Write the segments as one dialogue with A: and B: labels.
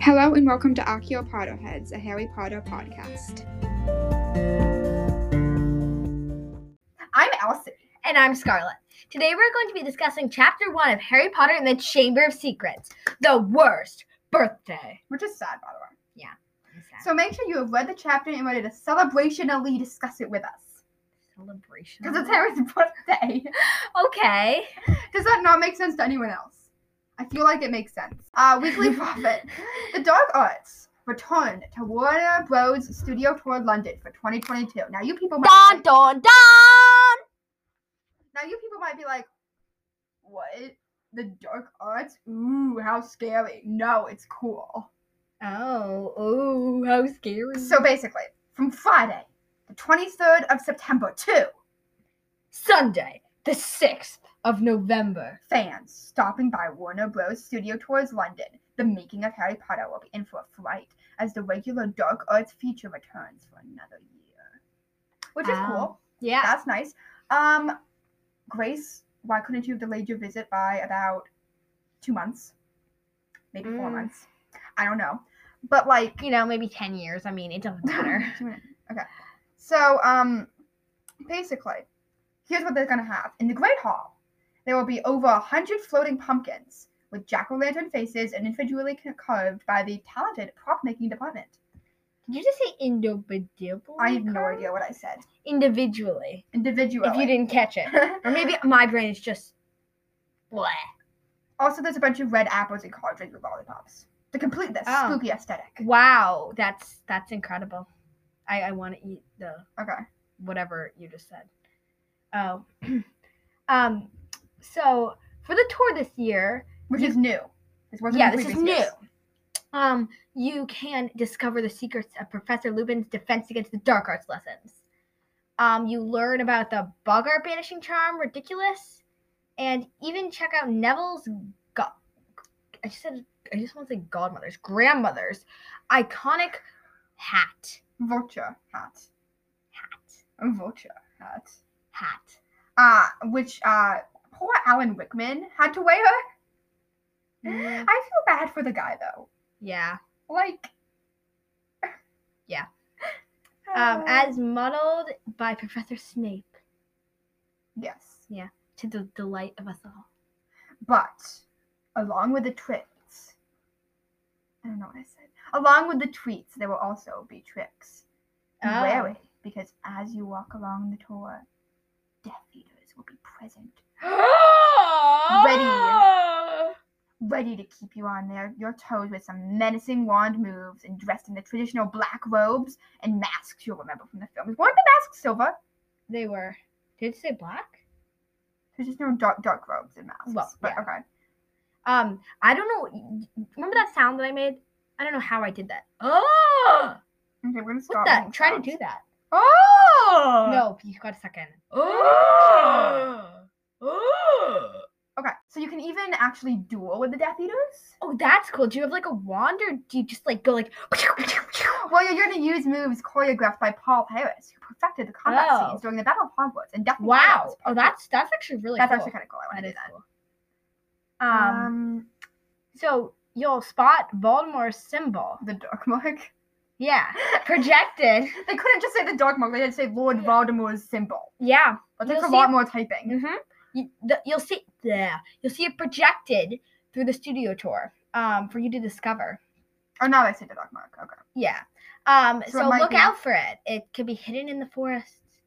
A: Hello and welcome to Archaeopod Heads, a Harry Potter podcast.
B: I'm Elsie.
C: And I'm Scarlett. Today we're going to be discussing Chapter 1 of Harry Potter and the Chamber of Secrets The Worst Birthday.
B: Which is sad, by the way.
C: So,
B: So make sure you have read the chapter and ready to celebrationally discuss it with us.
C: celebration.
B: Because it's Harry's birthday.
C: Okay.
B: Does that not make sense to anyone else? I feel like it makes sense. Uh, weekly profit. the Dark Arts returned to Warner Bros. Studio Tour London for 2022. Now you people might
C: Don, don, don!
B: now you people might be like, what? The Dark Arts? Ooh, how scary. No, it's cool.
C: Oh, oh, how scary.
B: So basically, from Friday, the 23rd of September to
C: Sunday, the 6th of November.
B: fans stopping by Warner Bros. Studio Tours London, the making of Harry Potter will be in for a flight as the regular Dark Arts feature returns for another year. Which is
C: Wow.
B: cool.
C: Yeah.
B: That's nice. Um, Grace, why couldn't you have delayed your visit by about two months? Maybe four
C: Mm.
B: months. I don't know. But like,
C: You know, maybe 10 years. I mean, it doesn't matter.
B: okay. So, um, basically, here's what they're gonna have in the Great Hall. There will be over a hundred floating pumpkins with jack o' lantern faces and individually c- carved by the talented prop making department.
C: Did you just say individually?
B: I have no
C: Carl?
B: idea what I said.
C: Individually.
B: Individually.
C: If you didn't catch it. Or maybe my brain is just. Bleh.
B: also, there's a bunch of red apples and cartridge with lollipops to complete this
C: Oh.
B: spooky aesthetic.
C: Wow, that's that's incredible. I I want to eat the
B: Okay.
C: whatever you just said. Oh, um, so for the tour this year,
B: Which is new. This wasn't
C: yeah,
B: in
C: this is
B: previous
C: new.
B: years.
C: Um, you can discover the secrets of Professor Lupin's defense against the dark arts lessons. Um, you learn about the Bogart banishing charm, ridiculous, and even check out Neville's. Go- I just said I just want to say godmother's grandmother's iconic hat.
B: Vulture hat. Hat. Vulture hat.
C: hat.
B: uh, which uh, poor Alan Rickman had to wear. I
C: Mm,
B: feel bad for the guy though.
C: Yeah.
B: Like,
C: Yeah.
B: Uh,
C: Um, as modeled by Professor Snape
B: yes,
C: to the delight of us all.
B: but along with the tricks, I don't know what I said. Along with the tweets, there will also be tricks.
C: Oh.
B: Beware it, because as you walk along the tour, Death Eaters will be present,
C: Ready.
B: ready to keep you on their your toes with some menacing wand moves and dressed in the traditional black robes and masks you'll remember from the films. Weren't the masks silver?
C: They were. Did it say black?
B: There's just no dark dark robes and masks.
C: Well,
B: but
C: yeah.
B: okay.
C: Um, I don't know. Remember that sound that I made? I don't know how I did that. Oh,
B: Okay, we're gonna stop.
C: what that? Try to do that.
B: Oh
C: Uh, No, you got a second.
B: Oh! Okay, so you can even actually duel with the Death Eaters.
C: Oh, that's cool. Do you have like a wand, or do you just like go like?
B: Well, you're gonna use moves choreographed by Paul Harris, who perfected the combat
C: Oh.
B: scenes during the Battle of Hogwarts and Death.
C: Wow. Oh, that's that's actually really
B: that's
C: cool.
B: actually kind of cool. I want to do
C: That is
B: that.
C: cool. Um,
B: Um,
C: so you'll spot Voldemort's symbol.
B: the Dark Mark.
C: Yeah, projected.
B: They couldn't just say the Dark Mark. They had to say Lord
C: Yeah.
B: Voldemort's symbol.
C: Yeah.
B: That takes
C: You'll
B: a lot
C: see-
B: more typing.
C: Mm-hmm. You, the, you'll see. Yeah, you'll see it projected through the studio tour. Um, for you to discover.
B: Oh, now they say the Dark Mark. Okay.
C: Yeah. Um,
B: So it
C: so,
B: might
C: look
B: be-
C: out for it. It could be hidden in the forests.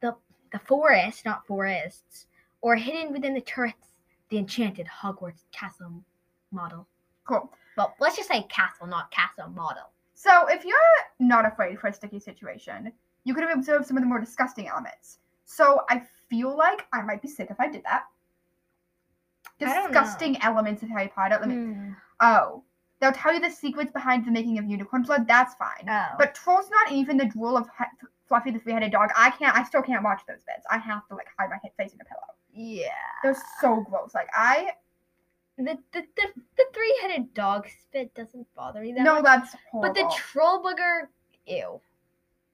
C: The the forest, not forests, or hidden within the turrets, the enchanted Hogwarts castle model.
B: Cool.
C: Well, let's just say castle, not castle model.
B: So, if you're not afraid for a sticky situation, you could have observed some of the more disgusting elements. So, I feel like I might be sick if I did that.
C: I don't know. Hmm.
B: Disgusting elements of Harry Potter. Let me. Oh, they'll tell you the secrets behind the making of unicorn blood. That's fine.
C: Oh.
B: But Troll's not even the drool of he- Fluffy the three-headed dog. I can't. I still can't watch those bits. I have to like hide my head face in a pillow.
C: yeah.
B: They're
C: Ah.
B: so gross. Like I
C: The the, the, the three headed dog spit doesn't bother me that
B: no,
C: much.
B: that's
C: But
B: horrible.
C: the troll booger, ew.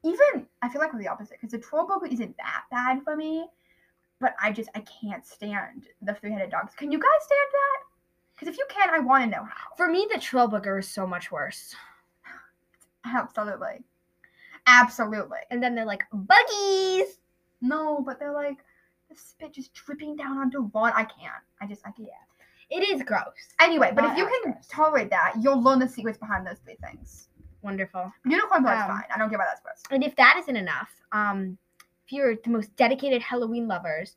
B: even I feel like we're the opposite because the troll book isn't that bad for me, but I just I can't stand the three headed dogs. Can you guys stand that? Because if you can, I want to know how.
C: For me, the Trillbooger is so much worse.
B: Absolutely. Absolutely.
C: And then they're like, buggies!
B: No, but they're like, this bitch is dripping down onto one. I can't. I just, I can't.
C: It is gross.
B: Anyway, but
C: Not
B: if you can
C: actress.
B: tolerate that, you'll learn the secrets behind those three things.
C: Wonderful.
B: Unicorn blood's
C: Um,
B: fine. I don't care about that supposed.
C: And if that isn't enough, um, if you're the most dedicated Halloween lovers,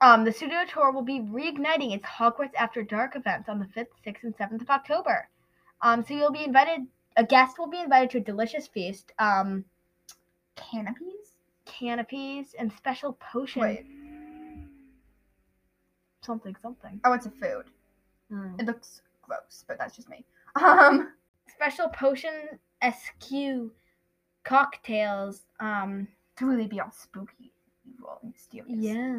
C: um, the studio tour will be reigniting its Hogwarts After Dark events on the 5th, 6th, and 7th of October. Um, so you'll be invited, a guest will be invited to a delicious feast, um,
B: Canopies?
C: canopies, and special potion.
B: Wait.
C: Something, something. Hmm.
B: Oh, it's a food. It looks gross, but that's just me. Um,
C: Special potion SQ cocktails. Um,
B: to really be all spooky, evil, and mysterious.
C: yeah.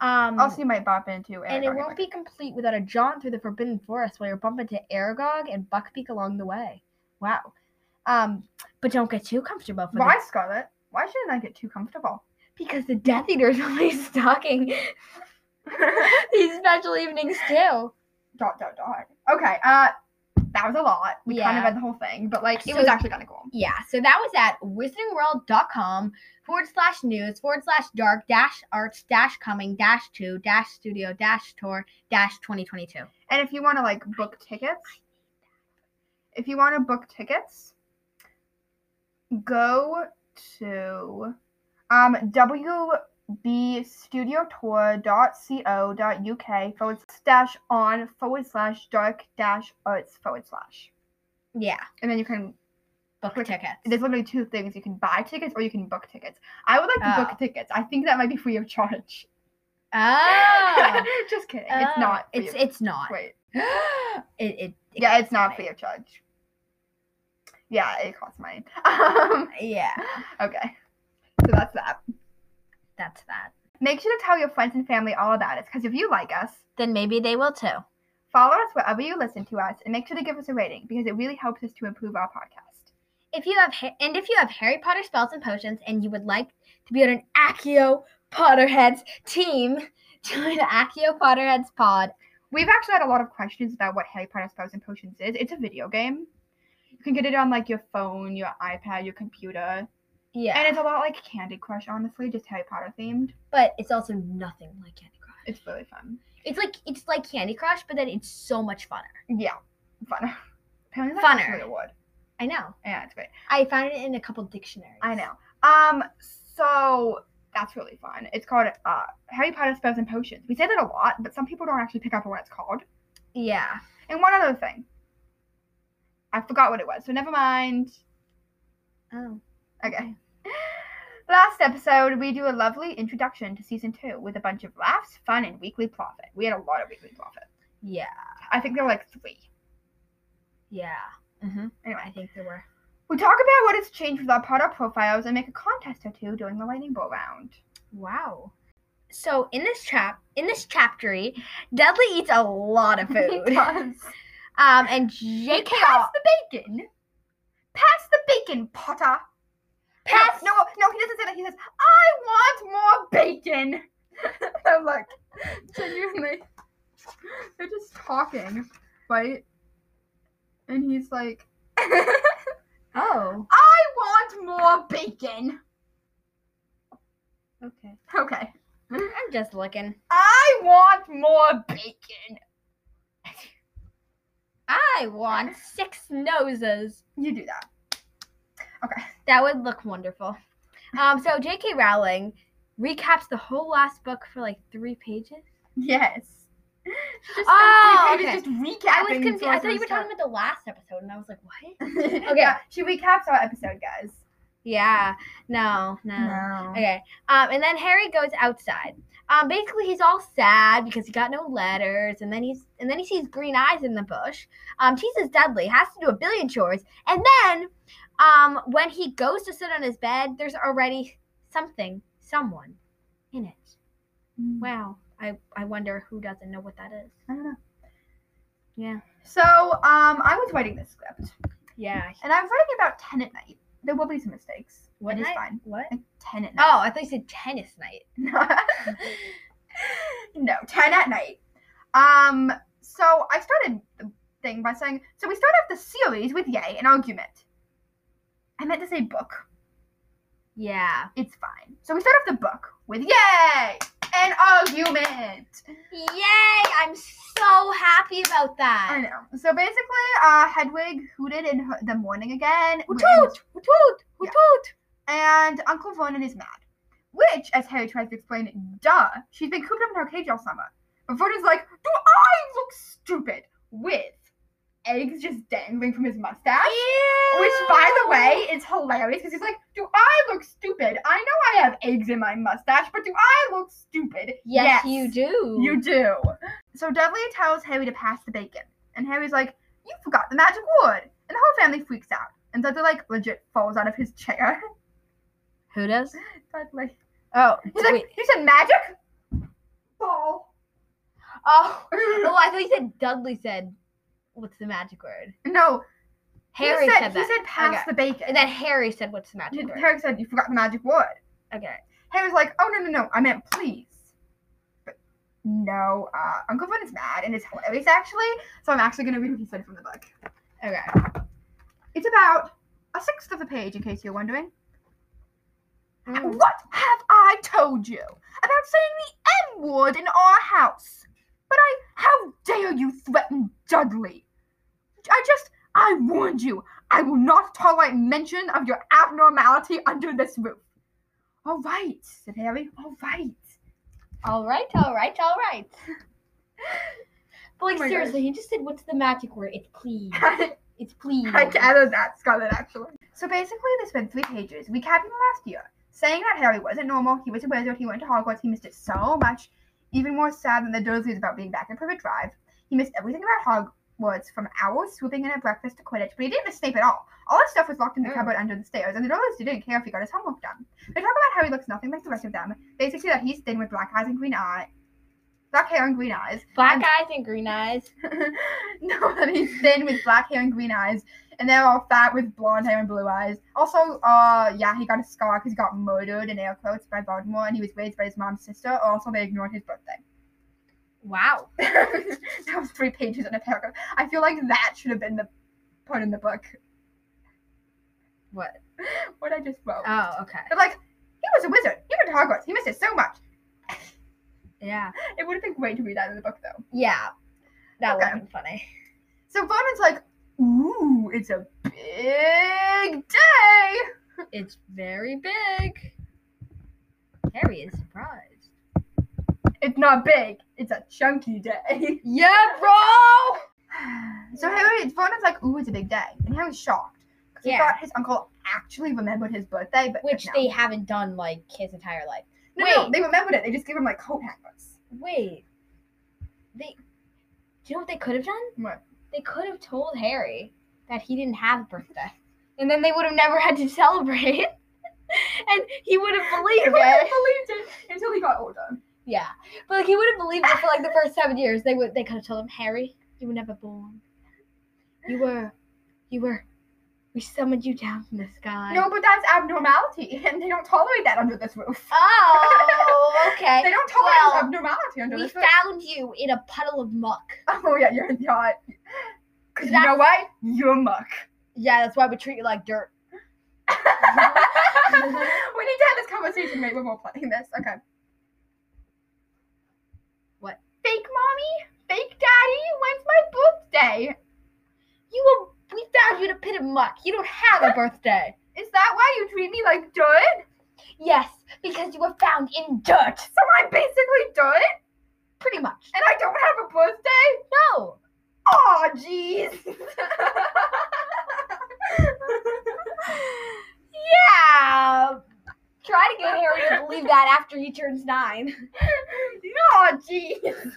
C: Um,
B: Also, you might bop into it.
C: and it won't be complete without a jaunt through the Forbidden Forest while you're bumping into Aragog and Buckbeak along the way. Wow. Um, but don't get too comfortable for
B: Why,
C: this
B: Scarlet? Why shouldn't I get too comfortable?
C: because the Death Eaters will be stalking these special evenings too.
B: dot dot dot. Okay, uh, that was a lot. We kind
C: Yeah.
B: of read the whole thing, but like it
C: So-
B: was actually kind of cool.
C: Yeah, so that was at wizardingworld.com forward slash news forward slash dark dash arts dash coming dash two dash studio dash tour dash 2022.
B: And if you want to like book tickets, if you want to book tickets, go to um wbstudiotour.co.uk forward slash on forward slash dark dash arts forward slash.
C: Yeah,
B: And then you can
C: book
B: Click-
C: tickets.
B: there's literally two things. You can buy tickets or you can book tickets. I would like to book tickets. I think that might be free of charge.
C: Oh,
B: Just kidding.
C: oh,
B: It's not. free
C: It's
B: of-
C: it's not.
B: wait.
C: it, it
B: Yeah, it's not
C: for
B: free
C: you.
B: of charge. Yeah, it costs money. Um,
C: Yeah,
B: okay, so that's that.
C: that's that.
B: Make sure to tell your friends and family all about us because if you like us,
C: Then maybe they will too.
B: follow us wherever you listen to us and make sure to give us a rating because it really helps us to improve our podcast.
C: If you have ha- and if you have Harry Potter spells and potions and you would like to be on an Accio Potterheads team, join Accio Potterheads pod.
B: We've actually had a lot of questions about what Harry Potter Spells and Potions is. It's a video game. You can get it on like your phone, your iPad, your computer,
C: Yeah,
B: and it's a lot like Candy Crush, honestly, just Harry Potter themed.
C: but it's also nothing like Candy Crush.
B: It's really fun.
C: It's like it's like Candy Crush, but then it's so much funner.
B: Yeah, funner. Apparently, that's
C: Funner.
B: actually a word.
C: I know.
B: Yeah, it's great.
C: I found it in a couple dictionaries.
B: I know. Um, so that's really fun. It's called uh, Harry Potter Spells and Potions. We say that a lot, but some people don't actually pick up on what it's called.
C: Yeah.
B: And one other thing, I forgot what it was, so never mind.
C: Oh.
B: Okay. Last episode, we do a lovely introduction to season two with a bunch of laughs, fun, and weekly profit. We had a lot of weekly profit.
C: Yeah.
B: I think there were like three.
C: Yeah. Mm-hmm. I
B: Anyway,
C: think there were.
B: we talk about what has changed with our product profiles and make a contest or two during the lightning bolt round.
C: Wow. So in this trap, in this chaptery, Dudley eats a lot of food. Um, and J.K.
B: Pass the bacon. Pass the bacon, Potter.
C: pass.
B: No, no, he doesn't say that. He says, "I want more bacon." I'm like, genuinely, they're just talking, right? And he's like, "I
C: Oh.
B: want more bacon."
C: Okay.
B: Okay.
C: I'm just looking.
B: I want more bacon.
C: I want six noses.
B: You do that.
C: That would look wonderful. Um, so J.K. Rowling recaps the whole last book for like three pages.
B: Yes. Just
C: Oh,
B: completely
C: okay.
B: just recapping.
C: I was confused. I
B: source
C: thought you were
B: stuff.
C: talking about the last episode, and I was like, what?
B: okay. Yeah, she recaps our episode, guys.
C: Yeah. No. No. Okay. Um, and then Harry goes outside. Um, basically he's all sad because he got no letters, and then he's and then he sees green eyes in the bush. Um, teases Dudley, has to do a billion chores, and then, um, when he goes to sit on his bed, there's already something, someone, in it. Wow. I I wonder who doesn't know what that is.
B: I don't know.
C: Yeah.
B: So, um, I was writing this script,
C: Yeah.
B: and I was writing about tenant night. There will be some mistakes.
C: What
B: it is
C: night? Oh.
B: fine.
C: What?
B: Like tenant night.
C: Oh, I thought you said tennis night.
B: no, ten at night. Um, so I started the thing by saying, so we start off the series with yay, an argument. I meant to say book.
C: Yeah.
B: It's fine. So we start off the book with yay, an argument.
C: Yay! I'm so happy about
B: I
C: that.
B: know. So basically, uh, Hedwig hooted in her, the morning again,
C: Hoot
B: and-
C: hoot! Hoot hoot! Hoot hoot!
B: and Uncle Vernon is mad. Which, as Harry tries to explain, duh, she's been cooped up in her cage all summer. But Vernon's like, do I look stupid with eggs just dangling from his mustache? Which, by the way, is hilarious because he's like, do I look stupid? I know I have eggs in my mustache, but do I look stupid?
C: Yes, you do.
B: You do. So Dudley tells Harry to pass the bacon, and Harry's like, "You forgot the magic word," and the whole family freaks out. And Dudley like legit falls out of his chair.
C: Who does?
B: Dudley,
C: Oh,
B: he's like,
C: wait.
B: "You said magic ball."
C: Oh, oh, I thought you said Dudley said, what's the magic word?
B: No,
C: Harry
B: he said,
C: said,
B: he
C: that.
B: said pass
C: Okay.
B: the bacon.
C: and then Harry said, what's the magic word?
B: Harry said, "You forgot the magic word."
C: Okay.
B: Harry's like, "Oh no no no, I meant please." But no, uh, Uncle Vernon's mad, and it's hilarious actually. So I'm actually gonna read what he said from the book.
C: Okay.
B: It's about a sixth of a page, in case you're wondering.
C: Mm.
B: What have I told you about saying the M word in our house? But I, how dare you threaten Dudley? I just, I warned you, I will not tolerate mention of your abnormality under this roof. All right, said Harry, all right.
C: All right, all right, all right. But like
B: Oh my
C: seriously, he just said, "What's the magic word?" It's please. It's please.
B: I gathered that, Scarlet, actually. So basically, they spent three pages recapping last year, saying that Harry wasn't normal, he was a wizard, he went to Hogwarts, he missed it so much, even more sad than the Dursleys about being back in Privet Drive. He missed everything about Hogwarts, from hours swooping in at breakfast to Quidditch, but he didn't miss Snape at all. All his stuff was locked in the
C: Mm.
B: cupboard under the stairs, and the Dursleys didn't care if he got his homework done. They talk about how he looks nothing like the rest of them, basically that he's thin with black eyes and green eye, black hair and green eyes,
C: Black eyes and green eyes.
B: no, that he's thin with black hair and green eyes, and they're all fat with blonde hair and blue eyes. Also, uh, yeah, he got a scar because he got murdered in air quotes by Voldemort, and he was raised by his mom's sister. Also, they ignored his birthday.
C: Wow.
B: that was three pages in a paragraph. I feel like that should have been the part in the book.
C: What?
B: What I just wrote.
C: Oh, okay.
B: They're like, he was a wizard. He went to Hogwarts. He missed it so much.
C: Yeah.
B: It would have been great to read that in the book, though.
C: Yeah. That
B: Okay.
C: would wasn't funny.
B: So Vernon's like, ooh, it's a big day.
C: It's very big. Harry is surprised.
B: It's not big. It's a chunky day.
C: Yeah, bro.
B: so Harry, Vernon's like, ooh, it's a big day, and Harry's shocked because he
C: Yeah.
B: thought his uncle actually remembered his birthday, but
C: Which
B: no.
C: they haven't done like his entire life.
B: no, no,
C: wait.
B: they remembered it. They just gave him like coat hangers.
C: Wait. They. Do you know what they could have done?
B: What?
C: They could have told Harry that he didn't have a birthday, and then they would have never had to celebrate, and he would have
B: He
C: believed
B: wouldn't have
C: it.
B: believed it until he got older.
C: Yeah, but like he would have believed it for like the first seven years. They would. They could have told him, Harry, you were never born. You were. You were. We summoned you down from the sky.
B: No, but that's abnormality, and they don't tolerate that under this roof.
C: Oh, okay.
B: They don't tolerate
C: well,
B: abnormality under
C: we
B: this roof.
C: found you in a puddle of muck.
B: Oh yeah, you're not. Cause you know
C: That's-
B: what? You're muck.
C: Yeah, that's why we treat you like dirt.
B: we need to have this conversation right when we're playing this. Okay.
C: What?
B: Fake mommy, fake daddy, when's my birthday?
C: You were, we found you in a pit of muck. You don't have a birthday.
B: Is that why you treat me like dirt?
C: Yes, because you were found in dirt.
B: So I'm basically dirt
C: Pretty much.
B: and I don't have a birthday?
C: No.
B: Oh jeez.
C: Yeah. Try to get Harry to believe that after he turns nine.
B: oh jeez.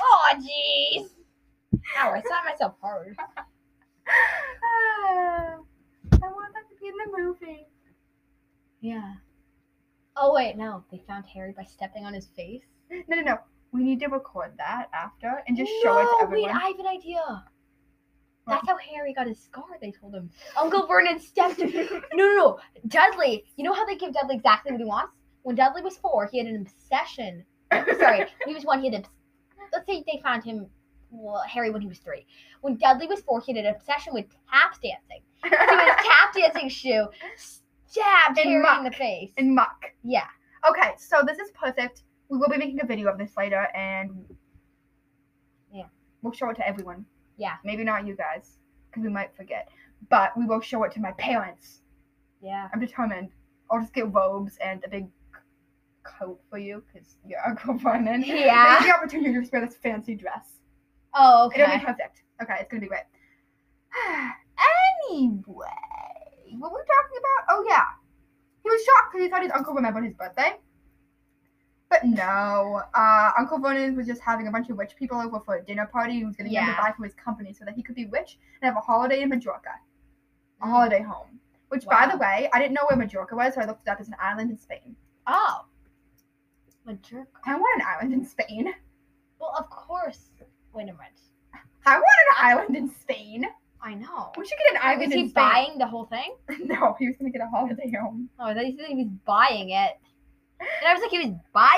C: oh, jeez. Ow, I saw myself hard.
B: I want that to be in the movie.
C: Yeah. Oh, wait, no. They found Harry by stepping on his face.
B: No, no, no. We need to record that after and just show it to
C: Oh, No, wait,
B: everyone.
C: I have an idea.
B: What?
C: That's how Harry got his scar, they told him. Uncle Vernon stepped. no, no, no. Dudley, you know how they give Dudley exactly what he wants? When Dudley was four, he had an obsession. Sorry, when he was one, he had an obs- let's say they found him, well, Harry when he was three. When Dudley was four, he had an obsession with tap dancing. So his tap dancing shoe stabbed
B: And
C: Harry in the
B: muck.
C: face.
B: and muck.
C: yeah,
B: Okay, so this is perfect. We will be making a video of this later, and
C: Yeah.
B: we'll show it to everyone.
C: Yeah.
B: maybe not you guys, because we might forget, but we will show it to my parents.
C: yeah.
B: I'm determined. I'll just get robes and a big c- coat for you, because you're a girlfriend.
C: Yeah.
B: the opportunity to just wear this fancy dress.
C: Oh, okay.
B: It'll be perfect. Okay, it's gonna be great. anyway, what were we talking about? Oh yeah, he was shocked because he thought his uncle remembered his birthday. But no, uh, Uncle Vernon was just having a bunch of rich people over for a dinner party. He was getting them to
C: Yeah.
B: buy from his company so that he could be rich and have a holiday in Majorca, a
C: Mm.
B: holiday home. Which, by the
C: Wow.
B: way, I didn't know where Majorca was, so I looked it up. It's an island in Spain.
C: Oh. What jerk.
B: I want an island in Spain.
C: Well, of course. Wait a minute.
B: I want an island in Spain.
C: I know.
B: We should get an
C: Was
B: island
C: he
B: in Spain.
C: buying the whole thing?
B: No, he was gonna get a holiday home.
C: Oh, I thought you said he was buying it. And I was like, he was buying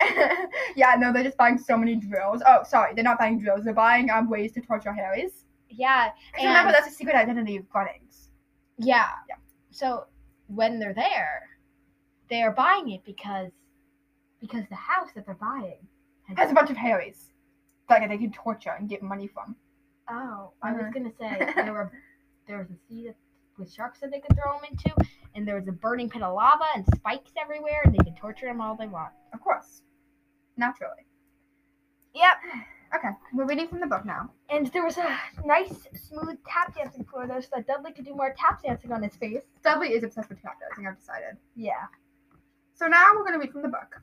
C: it?
B: yeah, no, they're just buying so many drills. Oh, sorry, they're not buying drills. They're buying um ways to torture Harry's.
C: Yeah.
B: Because remember,
C: And-
B: that's a secret identity of Grunnings.
C: Yeah.
B: Yeah.
C: So when they're there, they are buying it because because the house that they're buying
B: Has a bunch of Harry's that they can torture and get money from.
C: Oh, I was
B: Mhm.
C: gonna say there were there was a sea that, with sharks that they could throw him into, and there was a burning pit of lava and spikes everywhere, and they could torture him all they want.
B: Of course, naturally.
C: Yep.
B: Okay, we're reading from the book now.
C: And there was a nice smooth tap dancing floor there, so that Dudley could do more tap dancing on his face.
B: Dudley is obsessed with tap dancing. I've decided.
C: Yeah.
B: So now we're gonna read from the book.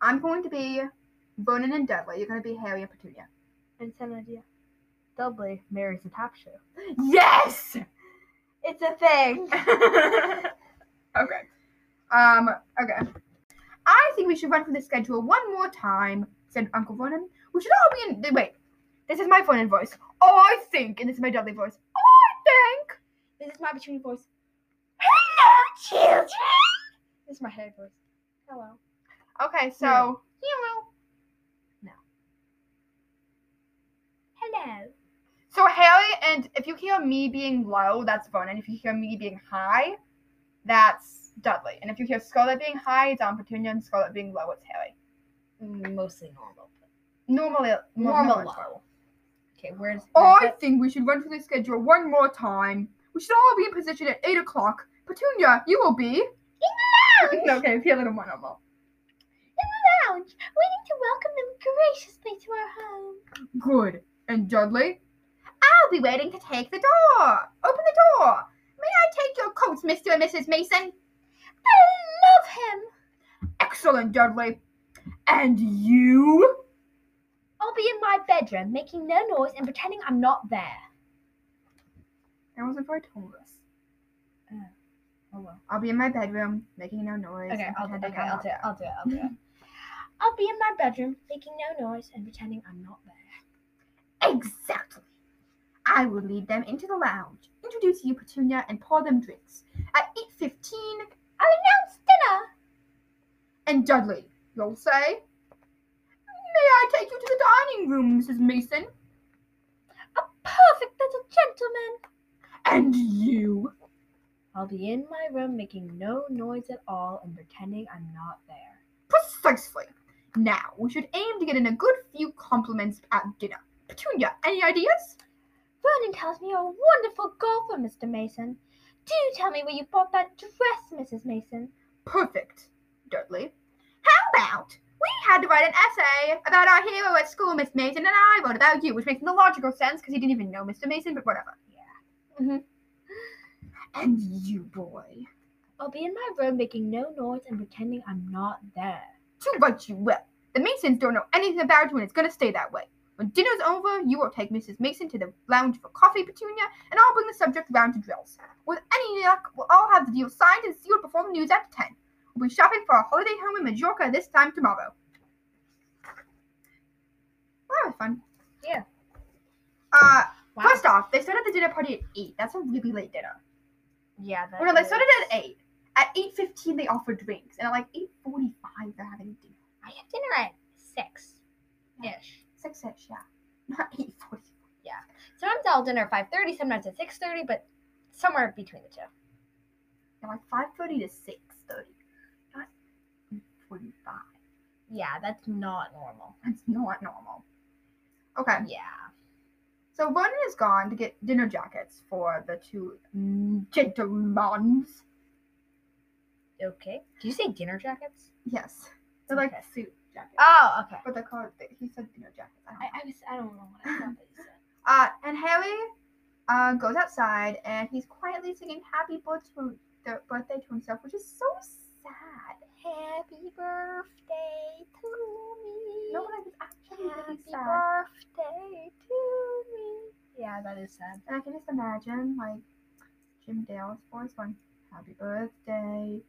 B: I'm going to be Vernon and Dudley. You're gonna be Harry and Petunia.
C: And it's an idea. Dudley marries a tap shoe.
B: Yes.
C: It's a thing.
B: okay. Um, okay. I think we should run through the schedule one more time, said Uncle Vernon. We should all be in. Wait, this is my Vernon voice. Oh, I think, and this is my Dudley voice. Oh, I think.
C: This is my between voice. Hello, children. This is my head voice. Hello.
B: Okay, so.
C: No.
B: You know.
C: Hello.
B: So, Harry, and if you hear me being low, that's Vernon. If you hear me being high, that's Dudley. And if you hear Scarlet being high, it's Aunt Petunia, and Scarlet being low, it's Harry.
C: Mostly normal.
B: Normally,
C: Normal
B: it's
C: low. Okay, where's
B: I think we should run through the schedule one more time. We should all be in position at 8 o'clock. Petunia, you will be. okay, be a little more normal.
C: in the lounge, waiting to welcome them graciously to our home.
B: Good. And Dudley? I'll be waiting to take the door. Open the door. May I take your coats, Mr. and Mrs. Mason?
C: I love him.
B: Excellent, Dudley. And you?
C: I'll be in my bedroom, making no noise and pretending I'm not there.
B: That wasn't very toneless.
C: Oh well.
B: I'll be in my bedroom, making no noise.
C: Okay, I'll,
B: pretending
C: okay,
B: I'm
C: I'll
B: not
C: do it.
B: there.
C: I'll do it. I'll do it. I'll be in my bedroom, making no noise and pretending I'm not there.
B: Exactly. I will lead them into the lounge, introduce you, Petunia, and pour them drinks. At 8.15,
C: I'll announce dinner.
B: and Dudley, you'll say, May I take you to the dining room, Mrs. Mason?
C: A perfect little gentleman.
B: And you.
C: I'll be in my room, making no noise at all and pretending I'm not there.
B: Precisely. Now, we should aim to get in a good few compliments at dinner. Petunia, any ideas?
C: Vernon tells me you're a wonderful golfer, Mr. Mason. Do tell me where you bought that dress, Mrs. Mason.
B: Perfect, Dudley. How about we had to write an essay about our hero at school, Miss Mason, and I wrote about you, which makes no logical sense because he didn't even know Mr. Mason, but whatever. Yeah. And you, boy.
C: I'll be in my room making no noise and pretending I'm not there.
B: Too right you will. The Masons don't know anything about you, and it's gonna stay that way. When dinner's over, you will take Mrs. Mason to the lounge for coffee, Petunia, and I'll bring the subject round to drills. With any luck, we'll all have the deal signed and sealed before the news at 10. We'll be shopping for our holiday home in Majorca this time tomorrow. Well, that was fun.
C: Yeah.
B: Uh,
C: Wow.
B: first off, they started the dinner party at 8. That's a really late dinner.
C: yeah, that
B: Well, no, they
C: is-
B: started at 8. At 8.15, they offer drinks, and at like 8.45, they're having dinner.
C: I have dinner at six ish.
B: Six six, yeah. Not eight forty.
C: Sometimes I'll have dinner at five thirty, sometimes at six thirty, but somewhere between the two.
B: Yeah, like five thirty to six thirty. Not forty five.
C: Yeah, that's not normal.
B: That's not normal. Okay.
C: Yeah.
B: So Vernon is gone to get dinner jackets for the two gentlemen.
C: Okay. Did you say dinner jackets?
B: Yes. They're like
C: Okay.
B: suit jackets.
C: Oh, okay.
B: but they're called, he said dinner jackets. I don't know.
C: I, I was I don't know what I thought that you said.
B: Uh, and Harry uh, goes outside and he's quietly singing happy birthday to, the birthday to himself, which is so sad.
C: Happy birthday to me.
B: No, but it's actually really sad.
C: birthday to me. Yeah, that is sad.
B: And I can just imagine, like, Jim Dale's voice going, happy birthday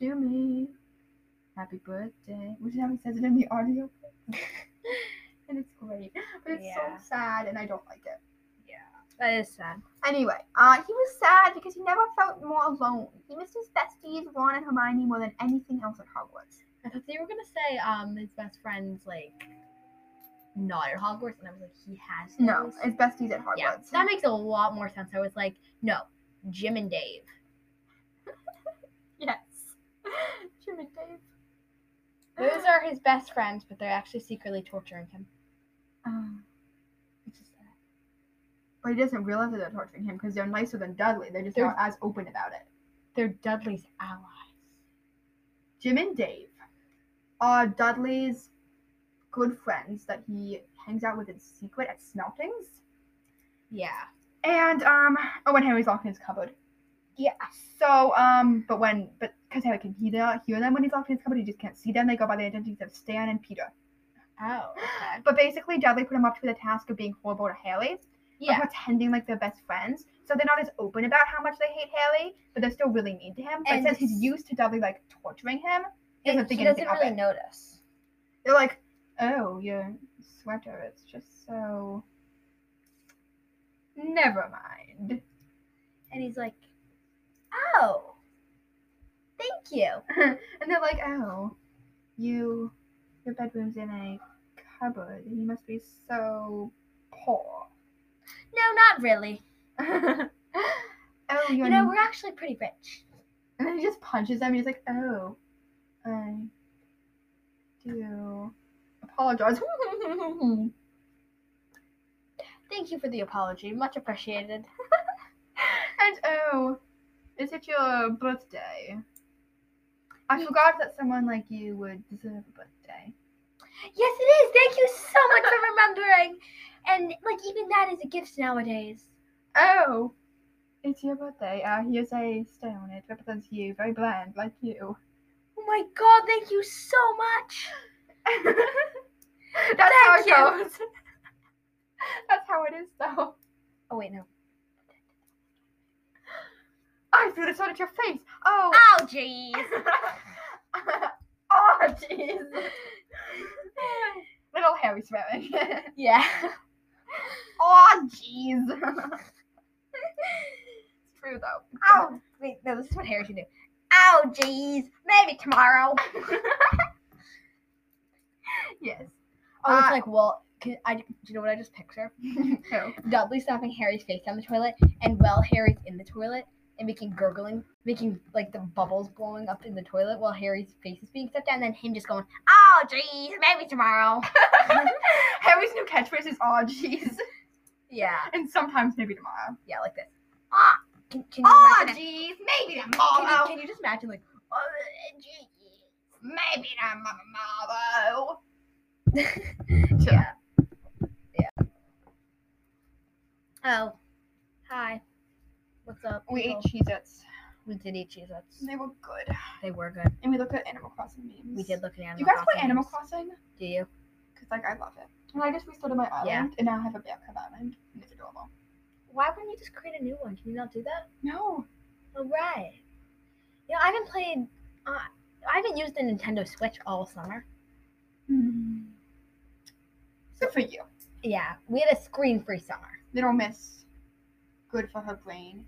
B: to me. Happy birthday. Which is how he says it in the audio. and it's great. But it's
C: Yeah.
B: so sad and I don't like it.
C: Yeah, that is sad.
B: Anyway, uh, he was sad because he never felt more alone. He missed his besties, Ron and Hermione, more than anything else at Hogwarts.
C: I thought they were gonna say um his best friend's like not at Hogwarts, and I was like he has
B: No,
C: those.
B: his besties at Hogwarts.
C: yeah, that makes a lot more sense. I was like, no, Jim and Dave.
B: yes. Jim and Dave.
C: Those are his best friends, but they're actually secretly torturing him.
B: Um,
C: It's just sad.
B: but he doesn't realize that they're torturing him because they're nicer than Dudley. They're just
C: They're-
B: not as open about it.
C: They're Dudley's allies.
B: Jim and Dave are Dudley's good friends that he hangs out with in secret at Smeltings.
C: Yeah.
B: And um, oh, and Harry's locked in his cupboard.
C: Yeah.
B: So um, but when but because Harry can hear hear them when he's locked in his cupboard, he just can't see them. They go by the identities of Stan and Peter.
C: Oh. Okay.
B: But basically, Dudley put him up to the task of being horrible to Harry, but
C: Yeah.
B: pretending like they're best friends. So they're not as open about how much they hate Harry, but they're still really mean to him. But
C: And-
B: since he's used to Dudley like torturing him, he doesn't
C: And he
B: think
C: doesn't
B: anything of
C: really
B: it.
C: notice.
B: They're like, "Oh, your sweater, it's just so." Never mind.
C: And he's like, oh, thank you.
B: and they're like, "Oh, you, your bedroom's in a cupboard. You must be so poor."
C: No, not really.
B: oh, you're
C: You know, we're actually pretty rich.
B: And then he just punches them and he's like, oh, I do apologize.
C: Thank you for the apology. Much appreciated.
B: and oh, is it your birthday? I
C: Mm.
B: forgot that someone like you would deserve a birthday.
C: Yes, it is. Thank you so much for remembering. And, like, even that is a gift nowadays.
B: Oh, it's your birthday. Uh, here's a stone. It represents you, very bland, like you.
C: Oh my god, thank you so much.
B: That's
C: Thank
B: how it
C: you.
B: goes. That's how it is, though.
C: Oh, wait, no.
B: I threw this one at your face. Oh.
C: Oh, jeez.
B: oh, jeez. Little Harry swearing.
C: Yeah.
B: oh, jeez. it's true, though.
C: Oh, wait, no, this is what Harry should do. Oh, jeez. Maybe tomorrow.
B: Yes.
C: Oh, it's
B: Uh,
C: like, well, can I, do you know what I just picture?
B: No.
C: Dudley slapping Harry's face down the toilet, and while Harry's in the toilet and making gurgling, making like the bubbles blowing up in the toilet while Harry's face is being stepped down, and then him just going, oh, jeez, maybe tomorrow.
B: Harry's new catchphrase is oh, jeez.
C: yeah,
B: And sometimes maybe tomorrow.
C: yeah, like this. Ah, can, can you
B: Oh,
C: imagine?
B: jeez. Maybe
C: Can you,
B: tomorrow.
C: can you just imagine, like, oh, jeez.
B: Maybe tomorrow.
C: Yeah. Yeah. Oh, hi. What's up?
B: We ate
C: people?
B: Cheez Its.
C: We did eat cheese.
B: They were good.
C: They were good.
B: And we looked at Animal Crossing memes.
C: We did look at Animal
B: Do you guys play
C: Crossing
B: Animal
C: games.
B: Crossing?
C: Do you?
B: Because, like, I love it. And I just restored my island, and now I have a back of island. And it's adorable.
C: Why wouldn't you just create a new one? Can you not do that?
B: No.
C: All Oh, right. You know, I haven't played. Uh, I haven't used the Nintendo Switch all summer.
B: Good Hmm. for you.
C: Yeah, we had a screen-free summer.
B: Little miss. Good for her brain.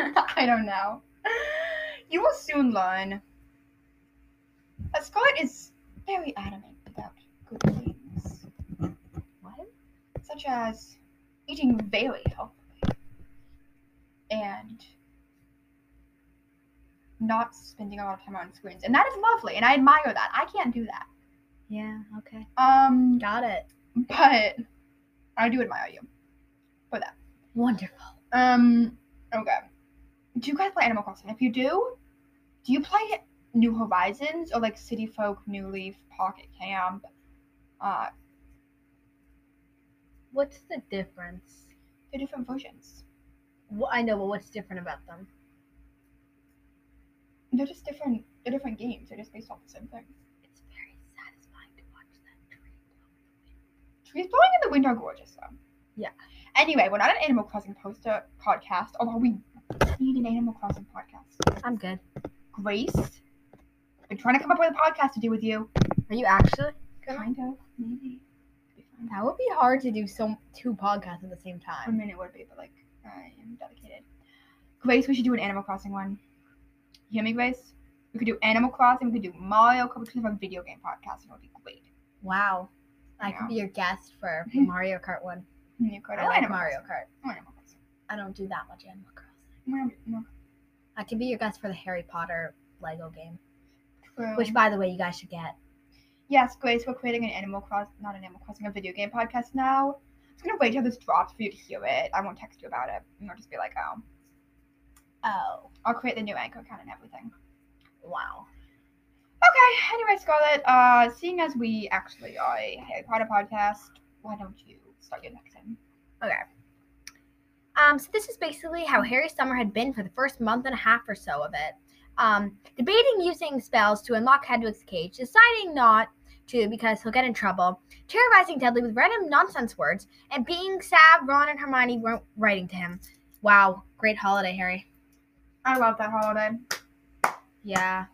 B: I don't know. You will soon learn. Uh, Scarlett is very adamant about good as eating very healthily and not spending a lot of time on screens. And that is lovely, and I admire that. I can't do that.
C: Yeah, okay.
B: Um,
C: Got it.
B: but I do admire you.
C: Wonderful.
B: Um, okay. Do you guys play Animal Crossing? If you do, do you play New Horizons or like City Folk, New Leaf, Pocket Camp? Uh,
C: What's the difference?
B: they're different versions.
C: Wh- I know, but what's different about them?
B: They're just different. They're different games. They're just based off the same thing.
C: It's very satisfying to watch that tree
B: Trees blowing in the wind are gorgeous, though.
C: Yeah.
B: Anyway, we're not an Animal Crossing poster podcast, although we need an Animal Crossing podcast.
C: I'm good.
B: Grace, been trying to come up with a podcast to do with you.
C: Are you actually?
B: Kind of, maybe. It'd be fun.
C: That would be hard to do so two podcasts at the same
B: I
C: time.
B: mean, it would be, but like, I am dedicated. Grace, we should do an Animal Crossing one. You hear me, Grace? We could do Animal Crossing. We could do Mario. We could do a video game podcast, and it would be great.
C: Wow. I
B: Yeah.
C: could be your guest for Mario Kart one.
B: You could.
C: I like
B: Animal
C: Mario
B: Crossing.
C: Kart.
B: I like Animal Crossing.
C: I don't do that much Animal Crossing.
B: Mario- no,
C: I could be your guest for the Harry Potter Lego game,
B: true.
C: which, by the way, you guys should get.
B: Yes, Grace, we're creating an Animal Crossing, not an Animal Crossing, a video game podcast now. I'm just gonna wait till this drops for you to hear it. I won't text you about it. And I'll just be like, oh,
C: Oh,
B: I'll create the new anchor account and everything.
C: wow.
B: Okay, anyway, Scarlett, uh, seeing as we actually are a Harry Potter podcast, why don't you start your next one?
C: Um, so this is basically how Harry's summer had been for the first month and a half or so of it. Um, debating using spells to unlock Hedwig's cage, deciding not to because he'll get in trouble, terrorizing Dudley with random nonsense words, and being sad Ron and Hermione weren't writing to him. Wow, great holiday, Harry.
B: I love that holiday.
C: Yeah,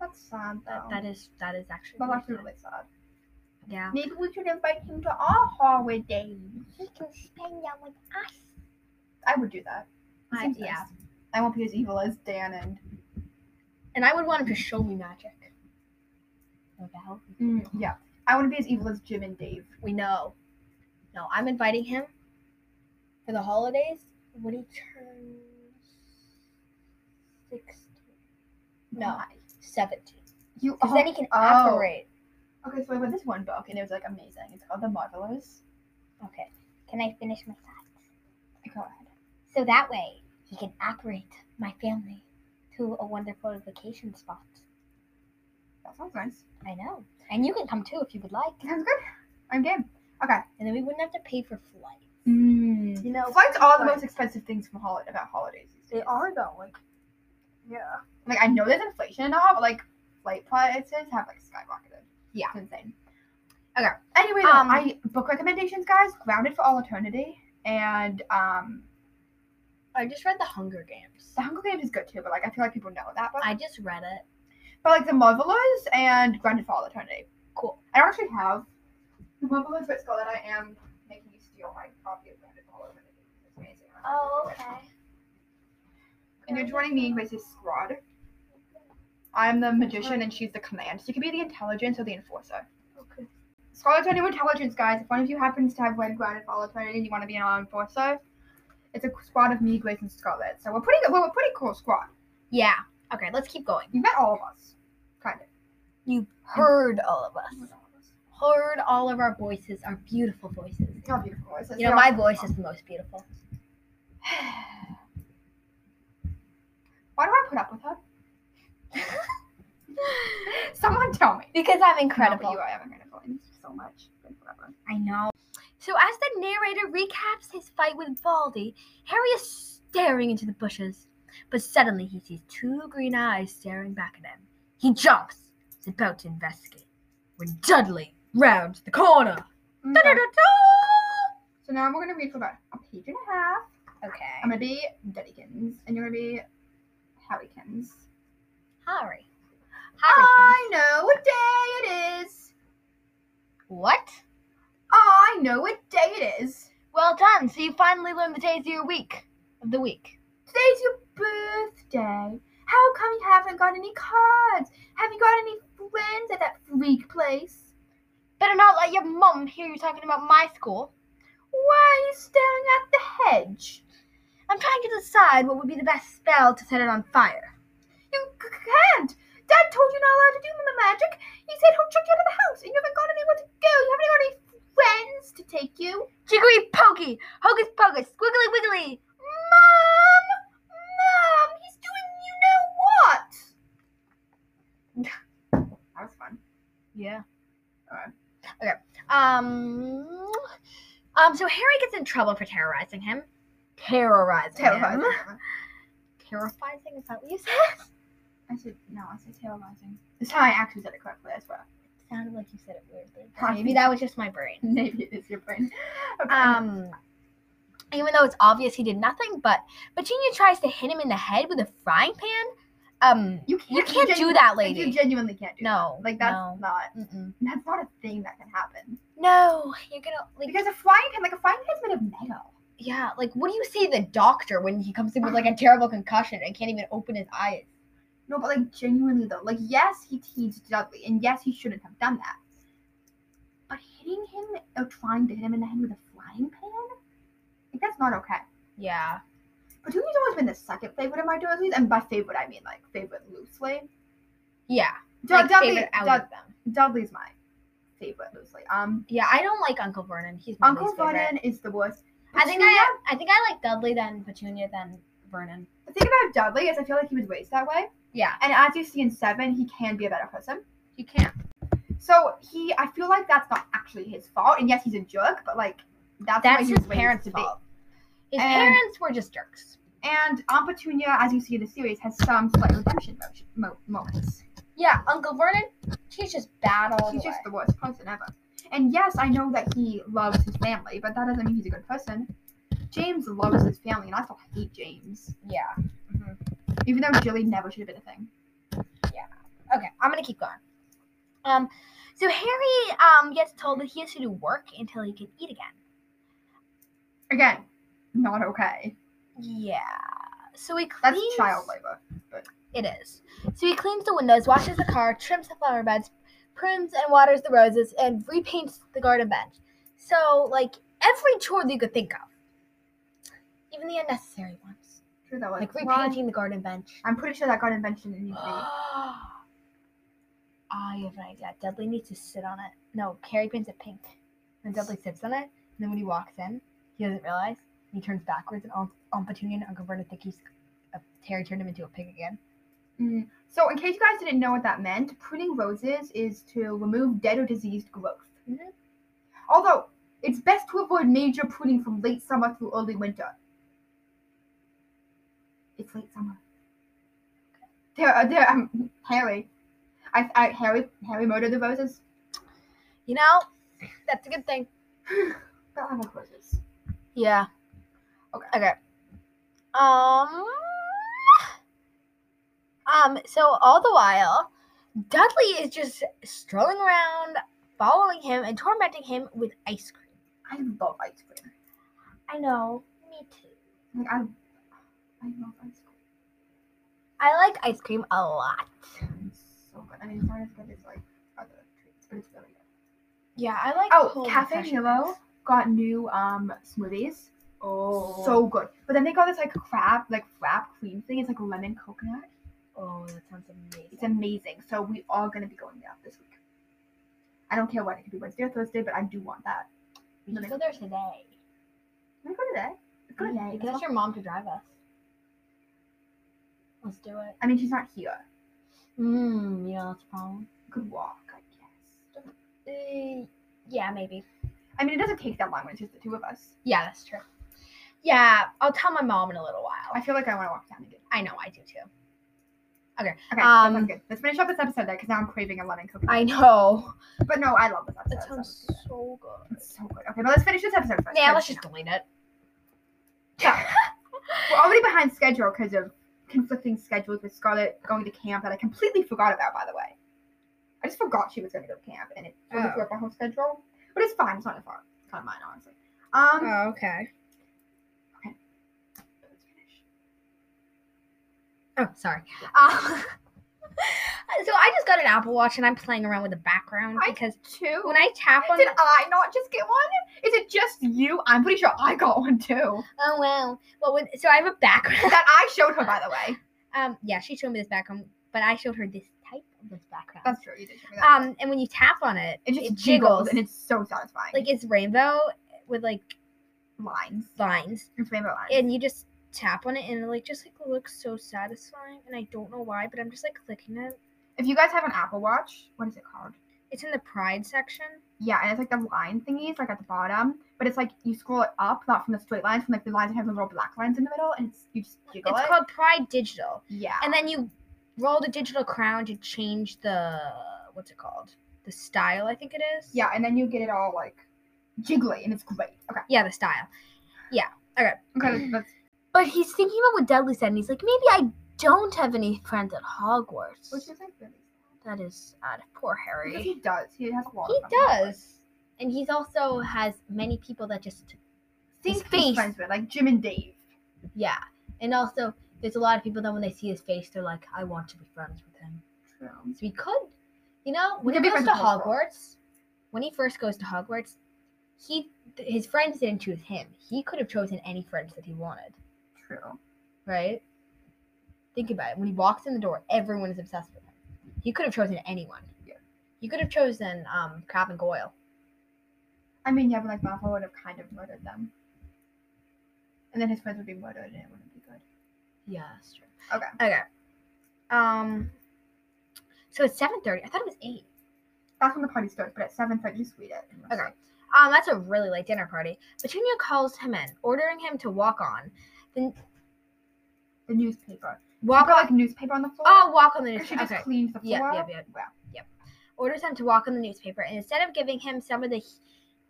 B: That's sad,
C: that,
B: though.
C: that is that is actually
B: That's
C: really
B: actually
C: sad.
B: really sad.
C: yeah.
B: Maybe we should invite him to our holiday.
C: He can spend that with us.
B: I would do that. It
C: I-
B: seems
C: yeah.
B: nice. I won't be as evil as Dan and
C: And I would want him to show me magic. Like, I hope he-
B: Mm, yeah. I want to be as evil as Jim and Dave.
C: We know. No, I'm inviting him for the holidays when he turns 16. No,
B: Why?
C: 17.
B: You
C: Because
B: oh,
C: then he can
B: oh.
C: operate.
B: Okay, so I read this one book and it was like amazing. It's called The Marvelous.
C: Okay. Can I finish my thoughts?
B: Go ahead.
C: So that way he can operate my family to a wonderful vacation spot.
B: That sounds nice.
C: I know. And you can come too if you would like.
B: Sounds good. I'm game. Okay.
C: And then we wouldn't have to pay for flights.
B: Mm.
C: You know,
B: Flights are the
C: flights.
B: most expensive things from hol- about holidays. these days.
C: though, like Yeah.
B: Like I know there's inflation and all, but like flight prices have like skyrocketed.
C: Yeah.
B: It's insane.
C: Okay.
B: Anyway, though,
C: Um,
B: I book recommendations, guys. Grounded for all eternity, and um,
C: I just read The Hunger Games.
B: The Hunger Games is good too. But like I feel like people know that. But
C: I just read it.
B: But like the Marvelous and Grounded for All Eternity.
C: Cool.
B: I don't actually have the Marvelous, but Skull that I am making you steal my copy of Grounded for All Eternity. It's amazing.
C: Oh,
B: And you're joining me in Grace's squad. I'm the magician and she's the command. So you can be the intelligence or the enforcer.
C: Okay.
B: Scarlet's our new intelligence, guys. If one of you happens to have read Grounded for All Eternity and you want to be an law enforcer, it's a squad of me, Grace, and Scarlet. So we're pretty good. We're a pretty cool squad.
C: Yeah. Okay, let's keep going.
B: You met all of us. Kind of.
C: You've heard all of us.
B: You met all of us.
C: Heard all of our voices, our beautiful voices.
B: It's not beautiful. It's
C: You know, my voice is the most beautiful.
B: Why do I put up with her? Someone tell me.
C: Because
B: No,
C: I'm
B: but
C: incredible.
B: you are I'm incredible. Thank you so much. Been forever.
C: I know. So as the narrator recaps his fight with Baldy, Harry is staring into the bushes. But suddenly he sees two green eyes staring back at him. He jumps, is about to investigate, when Dudley rounds the corner.
B: Okay.
C: Da-da-da-da!
B: So now we're gonna read for about a page and a half. I'm
C: Okay.
B: gonna be Duddykins, and you're gonna be Harrykins.
C: Harry. Harry.
B: I know what day it is.
C: What?
B: I know what day it is.
C: Well done. So you finally learned the days of your week. Of the week.
B: Today's your birthday. How come you haven't got any cards? Have you got any friends at that freak place?
C: Better not let your mum hear you talking about my school
B: Why are you staring at the hedge?
C: I'm trying to decide what would be the best spell to set it on fire.
B: You c- c- can't. Dad told you not allowed to do the magic. He said he'll chuck you out of the house, and you haven't got anywhere to go. You haven't got any friends to take you.
C: Jiggery pokey, hocus pocus, squiggly wiggly.
B: Mom, mom, he's doing you know what? that was fun.
C: Yeah.
B: Alright.
C: Okay. Um. Um. So Harry gets in trouble for terrorizing him. Terrorizing.
B: Terrifying.
C: Him. Terrifying. Is that what you said?
B: I said no. I said terrorizing. This time I actually said it correctly. I swear.
C: Sounded like you said it weirdly. but
B: Probably.
C: Maybe that was just my brain.
B: Maybe it is your brain. Okay.
C: Um, even though it's obvious he did nothing, but Petunia tries to hit him in the head with a frying pan. Um,
B: you
C: you
B: can't.
C: can't do
B: genu-
C: that,
B: like, You
C: lady.
B: genuinely can't do. that.
C: No,
B: Like that's
C: no.
B: not.
C: Mm-mm.
B: That's not a thing that can happen.
C: No, you're gonna like
B: Because a frying pan, like a frying pan's made of metal.
C: yeah, like what do you say to the doctor when he comes in with like a terrible concussion and can't even open his eyes?
B: No, but like genuinely though, like yes, he teased Dudley, and yes, he shouldn't have done that. But hitting him or trying to hit him in the head with a frying pan, like that's not okay.
C: Yeah,
B: Petunia's always been the second favorite of my Dursleys, and by favorite I mean like favorite loosely.
C: yeah.
B: Du-
C: like,
B: Dudley,
C: favorite out
B: Dud-
C: of them.
B: Dudley's my favorite loosely. Um,
C: Yeah, I don't like Uncle Vernon. He's my
B: Uncle
C: least favorite.
B: Vernon is the worst.
C: I think
B: Petunia-
C: I I think I like Dudley then Petunia then Vernon.
B: the thing about Dudley is I feel like he was raised that way,
C: Yeah,
B: and as you see in Seven, he can be a better person.
C: you can't.
B: So he, I feel like that's not actually his fault. And yes, he's a jerk, but like that's, the way
C: That's
B: he
C: his
B: was raised
C: parents'
B: to
C: fault. His
B: And-
C: parents were just jerks.
B: Be. And Aunt Petunia, as you see in the series, has some slight redemption motion, mo- moments.
C: Yeah, Uncle Vernon, she's just bad all
B: He's
C: the
B: just
C: way.
B: the worst person ever. And yes, I know that he loves his family, but that doesn't mean he's a good person. James loves his family, and I still hate James,
C: Yeah.
B: even though Jilly never should have been a thing.
C: Okay, I'm gonna keep going. Um, so Harry um gets told that he has to do work until he can eat again.
B: Again, not okay.
C: Yeah. So he cleans.
B: That's child labor.
C: It is. So he cleans the windows, washes the car, trims the flower beds, prunes and waters the roses, and repaints the garden bench. So like every chore that you could think of, even the unnecessary ones,
B: True though,
C: like
B: like, well,
C: repainting the garden bench.
B: I'm pretty sure that got invention in the
C: I have an idea. Dudley needs to sit on it. No, Carrie paints it pink. And Dudley sits on it. And then when he walks in, he doesn't realize. And he turns backwards, and Aunt, Aunt Petunia and Uncle Vernon think he's. Uh, Terry turned him into a pig again.
B: Mm. So, in case you guys didn't know what that meant, pruning roses is to remove dead or diseased growth.
C: Mhm.
B: Although, it's best to avoid major pruning from late summer through early winter. It's late summer. There, uh, there, um, Harry. I, I, Harry, Harry murdered the roses.
C: You know, that's a good thing.
B: but I like roses.
C: Yeah.
B: Okay.
C: Okay. Um. Um. So all the while, Dudley is just strolling around, following him and tormenting him with ice cream.
B: I love ice cream.
C: I know. Me too.
B: Like I, I love ice cream.
C: I like ice cream a lot.
B: It's so good. I mean, it's not as good as like other treats, but it's really good.
C: Yeah, I like.
B: Oh, Cafe Nero got new um smoothies.
C: Oh.
B: So good. But then they got this like crab, like wrap cream thing. It's like lemon coconut.
C: Oh, that sounds amazing.
B: It's amazing. So we are gonna be going there this week. I don't care what it could be Wednesday or Thursday, but I do want that.
C: we should go there today.
B: Can we go today? Let's go today.
C: You can ask your mom to drive us. Let's do it.
B: I mean, she's not here.
C: Mmm. You know that's a problem.
B: Could walk, I guess.
C: Uh, yeah, maybe.
B: I mean, it doesn't take that long when it's just the two of us.
C: Yeah, that's true. Yeah, I'll tell my mom in a little
B: I
C: while.
B: feel like I want to walk down again.
C: I know, I do too.
B: Okay, that
C: Um,
B: sounds good. Let's finish up this episode though, because now I'm craving a lemon coconut.
C: I know.
B: But no, I love this episode.
C: That
B: so
C: sounds so good.
B: it's so good. Okay, but let's finish this episode first.
C: Yeah,
B: Finish
C: let's
B: it
C: just delete it.
B: We're already behind schedule because of conflicting schedules with Scarlett going to camp that I completely forgot about, by the way. I just forgot she was going to go to camp and it threw
C: Oh.
B: threw up my whole schedule. But it's fine. It's not your fault. It's not mine, honestly.
C: Oh.
B: Um,
C: okay.
B: let's finish.
C: Oh, sorry. Um, So I just got an Apple Watch and I'm playing around with the background
B: I-
C: because
B: Two.
C: when I tap on
B: Did
C: the-
B: I not just get one? Is it just you? I'm pretty sure I got one too.
C: oh wow, well when so I have a background.
B: That I showed her, by the way.
C: Um, yeah, she showed me this background, but I showed her this type of this background.
B: That's true. You did show me that.
C: um, and when you tap on it,
B: it just
C: it
B: jiggles, and it's so satisfying.
C: like it's rainbow with like
B: lines.
C: lines,
B: It's rainbow lines.
C: and you just tap on it, and it like just like looks so satisfying. And I don't know why, but I'm just like clicking it.
B: if you guys have an Apple Watch, what is it called?
C: It's in the pride section.
B: Yeah, and it's like the line thingies, like at the bottom. But it's like you scroll it up, not from the straight lines, from like the lines that have the little black lines in the middle, and it's, you just jiggle
C: it's
B: it.
C: called Pride Digital,
B: yeah.
C: and then you roll the digital crown to change the what's it called? The style, I think it is.
B: yeah, and then you get it all like jiggly, and it's great. Okay.
C: Yeah, the style.
B: Okay. That's,
C: But he's thinking about what Dudley said, and he's like, maybe I don't have any friends at Hogwarts.
B: what do you think? Billy?
C: that is uh, poor Harry.
B: Because he does. He has a lot.
C: He
B: of friends.
C: does, and he's also has many people that just
B: Think he's
C: His face.
B: friends with, like Jim and Dave.
C: yeah, and also there's a lot of people that when they see his face, they're like, I want to be friends with him.
B: True.
C: So he could, you know, when
B: could
C: he
B: be
C: goes to
B: friends with Hogwarts.
C: Hogwarts, when he first goes to Hogwarts, he th- his friends didn't choose him. He could have chosen any friends that he wanted,
B: True.
C: right? Think about it. When he walks in the door, everyone is obsessed with him. He could have chosen anyone.
B: Yeah.
C: He could have chosen um, Crab and Goyle.
B: I mean, yeah, but like Malfoy would have kind of murdered them, and then his friends would be murdered, and it wouldn't be good.
C: Yeah, that's true.
B: Okay.
C: Okay. Um. So it's seven thirty. I thought it was eight.
B: That's when the party starts, but at seven thirty, just read it. and that's
C: Okay.
B: it.
C: Um, that's a really late dinner party. Petunia calls him in, ordering him to walk on. Then
B: The newspaper. You
C: walk
B: put,
C: on.
B: like newspaper on the floor.
C: Oh, walk on the
B: She
C: newspaper.
B: just
C: Okay.
B: cleaned the floor.
C: Yeah, yeah, yeah.
B: Wow.
C: Orders him to walk on the newspaper, and instead of giving him some of the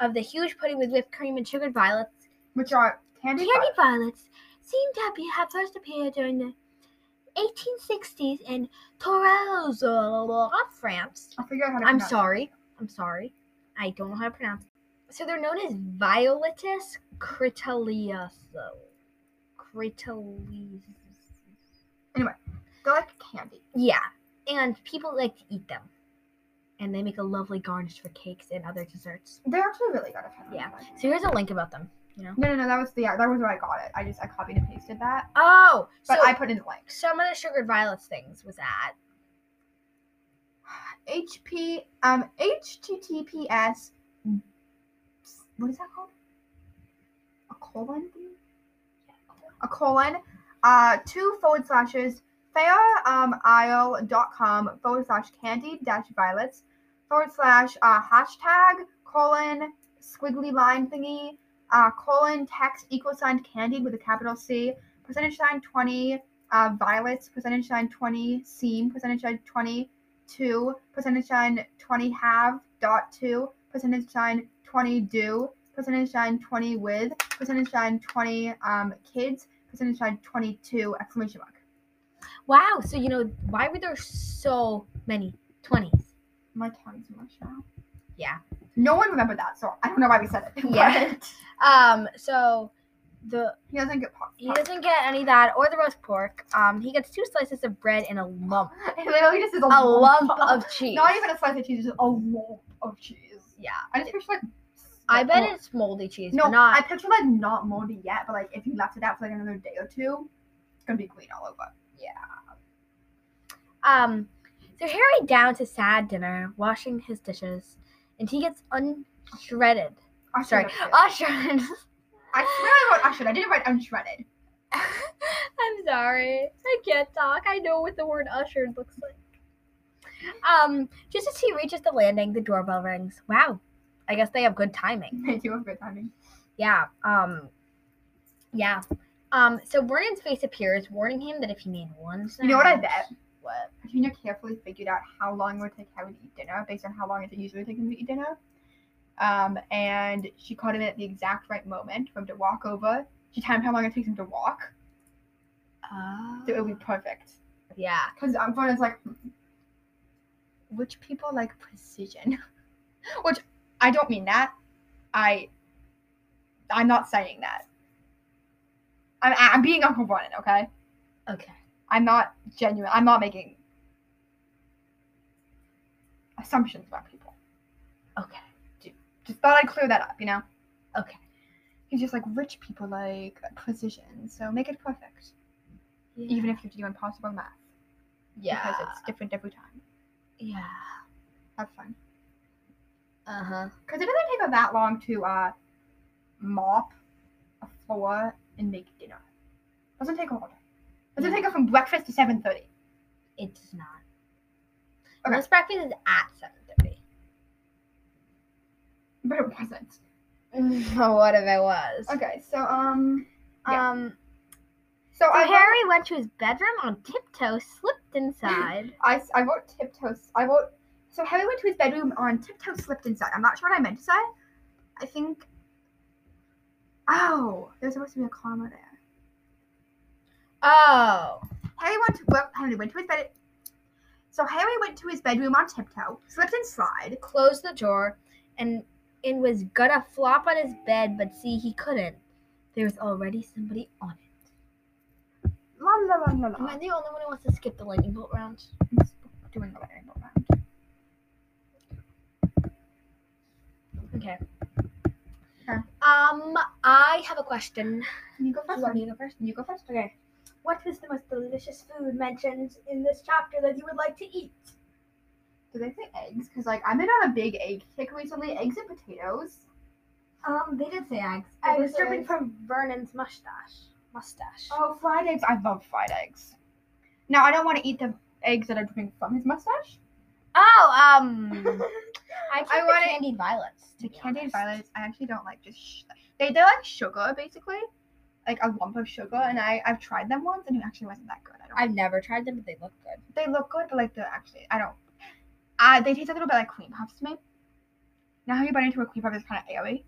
C: of the huge pudding with whipped cream and sugared violets,
B: Which are candy.
C: candy violets seem to be, have first appeared during the 1860s in Toulouse, France.
B: I figure out how to.
C: I'm
B: pronounce it.
C: sorry. I'm sorry. I don't know how to pronounce it. So they're known as Violetus critaleus. Critaleus.
B: They're like candy.
C: Yeah. And people like to eat them. And they make a lovely garnish for cakes and other desserts.
B: They're actually really good. I found them
C: Yeah.
B: online.
C: So here's a link about them, you know?
B: No, no, no. That was the yeah. That was where I got it. I just I copied and pasted that,
C: Oh! So
B: but I put in the link.
C: some of the sugared violets things was at.
B: HP um HTTPS. What is that called? A colon thing? A colon. Uh, two forward slashes. Fair um aisle dot com forward slash candy dash violets forward slash uh, hashtag colon squiggly line thingy uh, colon text equal sign candy with a capital C percentage sign twenty uh, violets percentage sign twenty seam percentage sign twenty two percentage sign twenty half dot two percentage sign twenty do percentage sign twenty with percentage sign twenty um kids percentage sign twenty two exclamation mark.
C: Wow! So, you know, why were there so many 20s?
B: My tongue's mush now.
C: Yeah.
B: No one remembered that, so I don't know why we said it.
C: Yeah.
B: but
C: Um, so the
B: he doesn't get popped.
C: He doesn't get any of that or the roast pork. Um, he gets two slices of bread and a lump,
B: It literally just is a,
C: a lump of cheese.
B: not even a slice of cheese, just a lump of cheese.
C: Yeah,
B: I just picture like
C: I bet
B: it's.
C: it's moldy cheese.
B: No,
C: but not.
B: I picture like not moldy yet, but like if you left it out for like another day or two, it's gonna be green all over.
C: um, so Harry down to sad dinner, washing his dishes, and he gets unshredded.
B: I should
C: Sorry,
B: have said-
C: unshredded.
B: I swear I wrote ushered. I didn't write unshredded.
C: I'm sorry, I can't talk. I know what the word ushered looks like. Um, just as he reaches the landing, the doorbell rings. Wow, I guess they have good timing.
B: They do have good timing.
C: Yeah. Um. Yeah. Um. So Vernon's face appears, warning him that if he made one,
B: You know what I
C: sound-
B: bet?
C: What?
B: Petunia carefully figured out how long it would take Harry to eat dinner based on how long it usually takes him to eat dinner. Um, and she caught him at the exact right moment for him to walk over. She timed how long it takes him to walk, so it would be perfect.
C: Oh. yeah.
B: Because um, Vernon's like, "Hmm, which people like precision? which I don't mean that. I, I'm not saying that. I'm, I'm being Uncle Vernon, okay?
C: Okay.
B: I'm not genuine. I'm not making assumptions about people.
C: Okay.
B: Just thought I'd clear that up, you know?
C: Okay.
B: He's just like rich people like precision, so make it perfect. Even if you have to do impossible math.
C: yeah.
B: Because it's different every time.
C: yeah.
B: Have fun.
C: Uh huh.
B: Because it doesn't take her that long to uh, mop a floor and make dinner. Doesn't take a lot. Doesn't take her from breakfast to seven thirty.
C: It does not.
B: Okay.
C: This breakfast is at seven thirty.
B: But it wasn't.
C: what if it was?
B: Okay, so um, Yeah.
C: Um.
B: so,
C: So
B: I wrote,
C: Harry went to his bedroom on tiptoe, slipped inside.
B: I s- I wrote tiptoe. s- I wrote. So Harry went to his bedroom on tiptoe, slipped inside. I'm not sure what I meant to say. I think. Oh, there's supposed to be a comma there.
C: oh.
B: Harry went to well, Harry went to his bed. So Harry went to his bedroom on tiptoe, slipped and slide.
C: Closed the door, and and was gonna flop on his bed, but see he couldn't. There was already somebody on it.
B: La la la la
C: Am
B: la.
C: I the only one who wants to skip the lightning bolt round?
B: I'm just doing the lightning bolt round.
C: Okay.
B: Huh.
C: Um, I have a question.
B: Can you go first?
C: want
B: me to go first? You go first. Okay.
C: What is the most delicious food mentioned in this chapter that you would like to eat?
B: Do they say eggs? Because like I've been on a big egg kick recently. Eggs and potatoes.
C: Um, they did say eggs.
B: They
C: I
B: did
C: was
B: say
C: dripping
B: eggs.
C: from Vernon's mustache. Mustache.
B: Oh, fried eggs. I love fried eggs. Now I don't want to eat the eggs that are dripping from his mustache.
C: Oh, um, I,
B: I
C: I
B: wanna-
C: want candied violets. To
B: The
C: be
B: candied
C: honest.
B: violets, I actually don't like. Just sh- they they're like sugar basically, like a lump of sugar. And I I've tried them once, and it actually wasn't that good. I don't
C: I've never tried them, but they look good.
B: they look good, but like they're actually I don't. Uh, they taste a little bit like cream puffs to me. Now how you bite into a cream puff is kind of airy.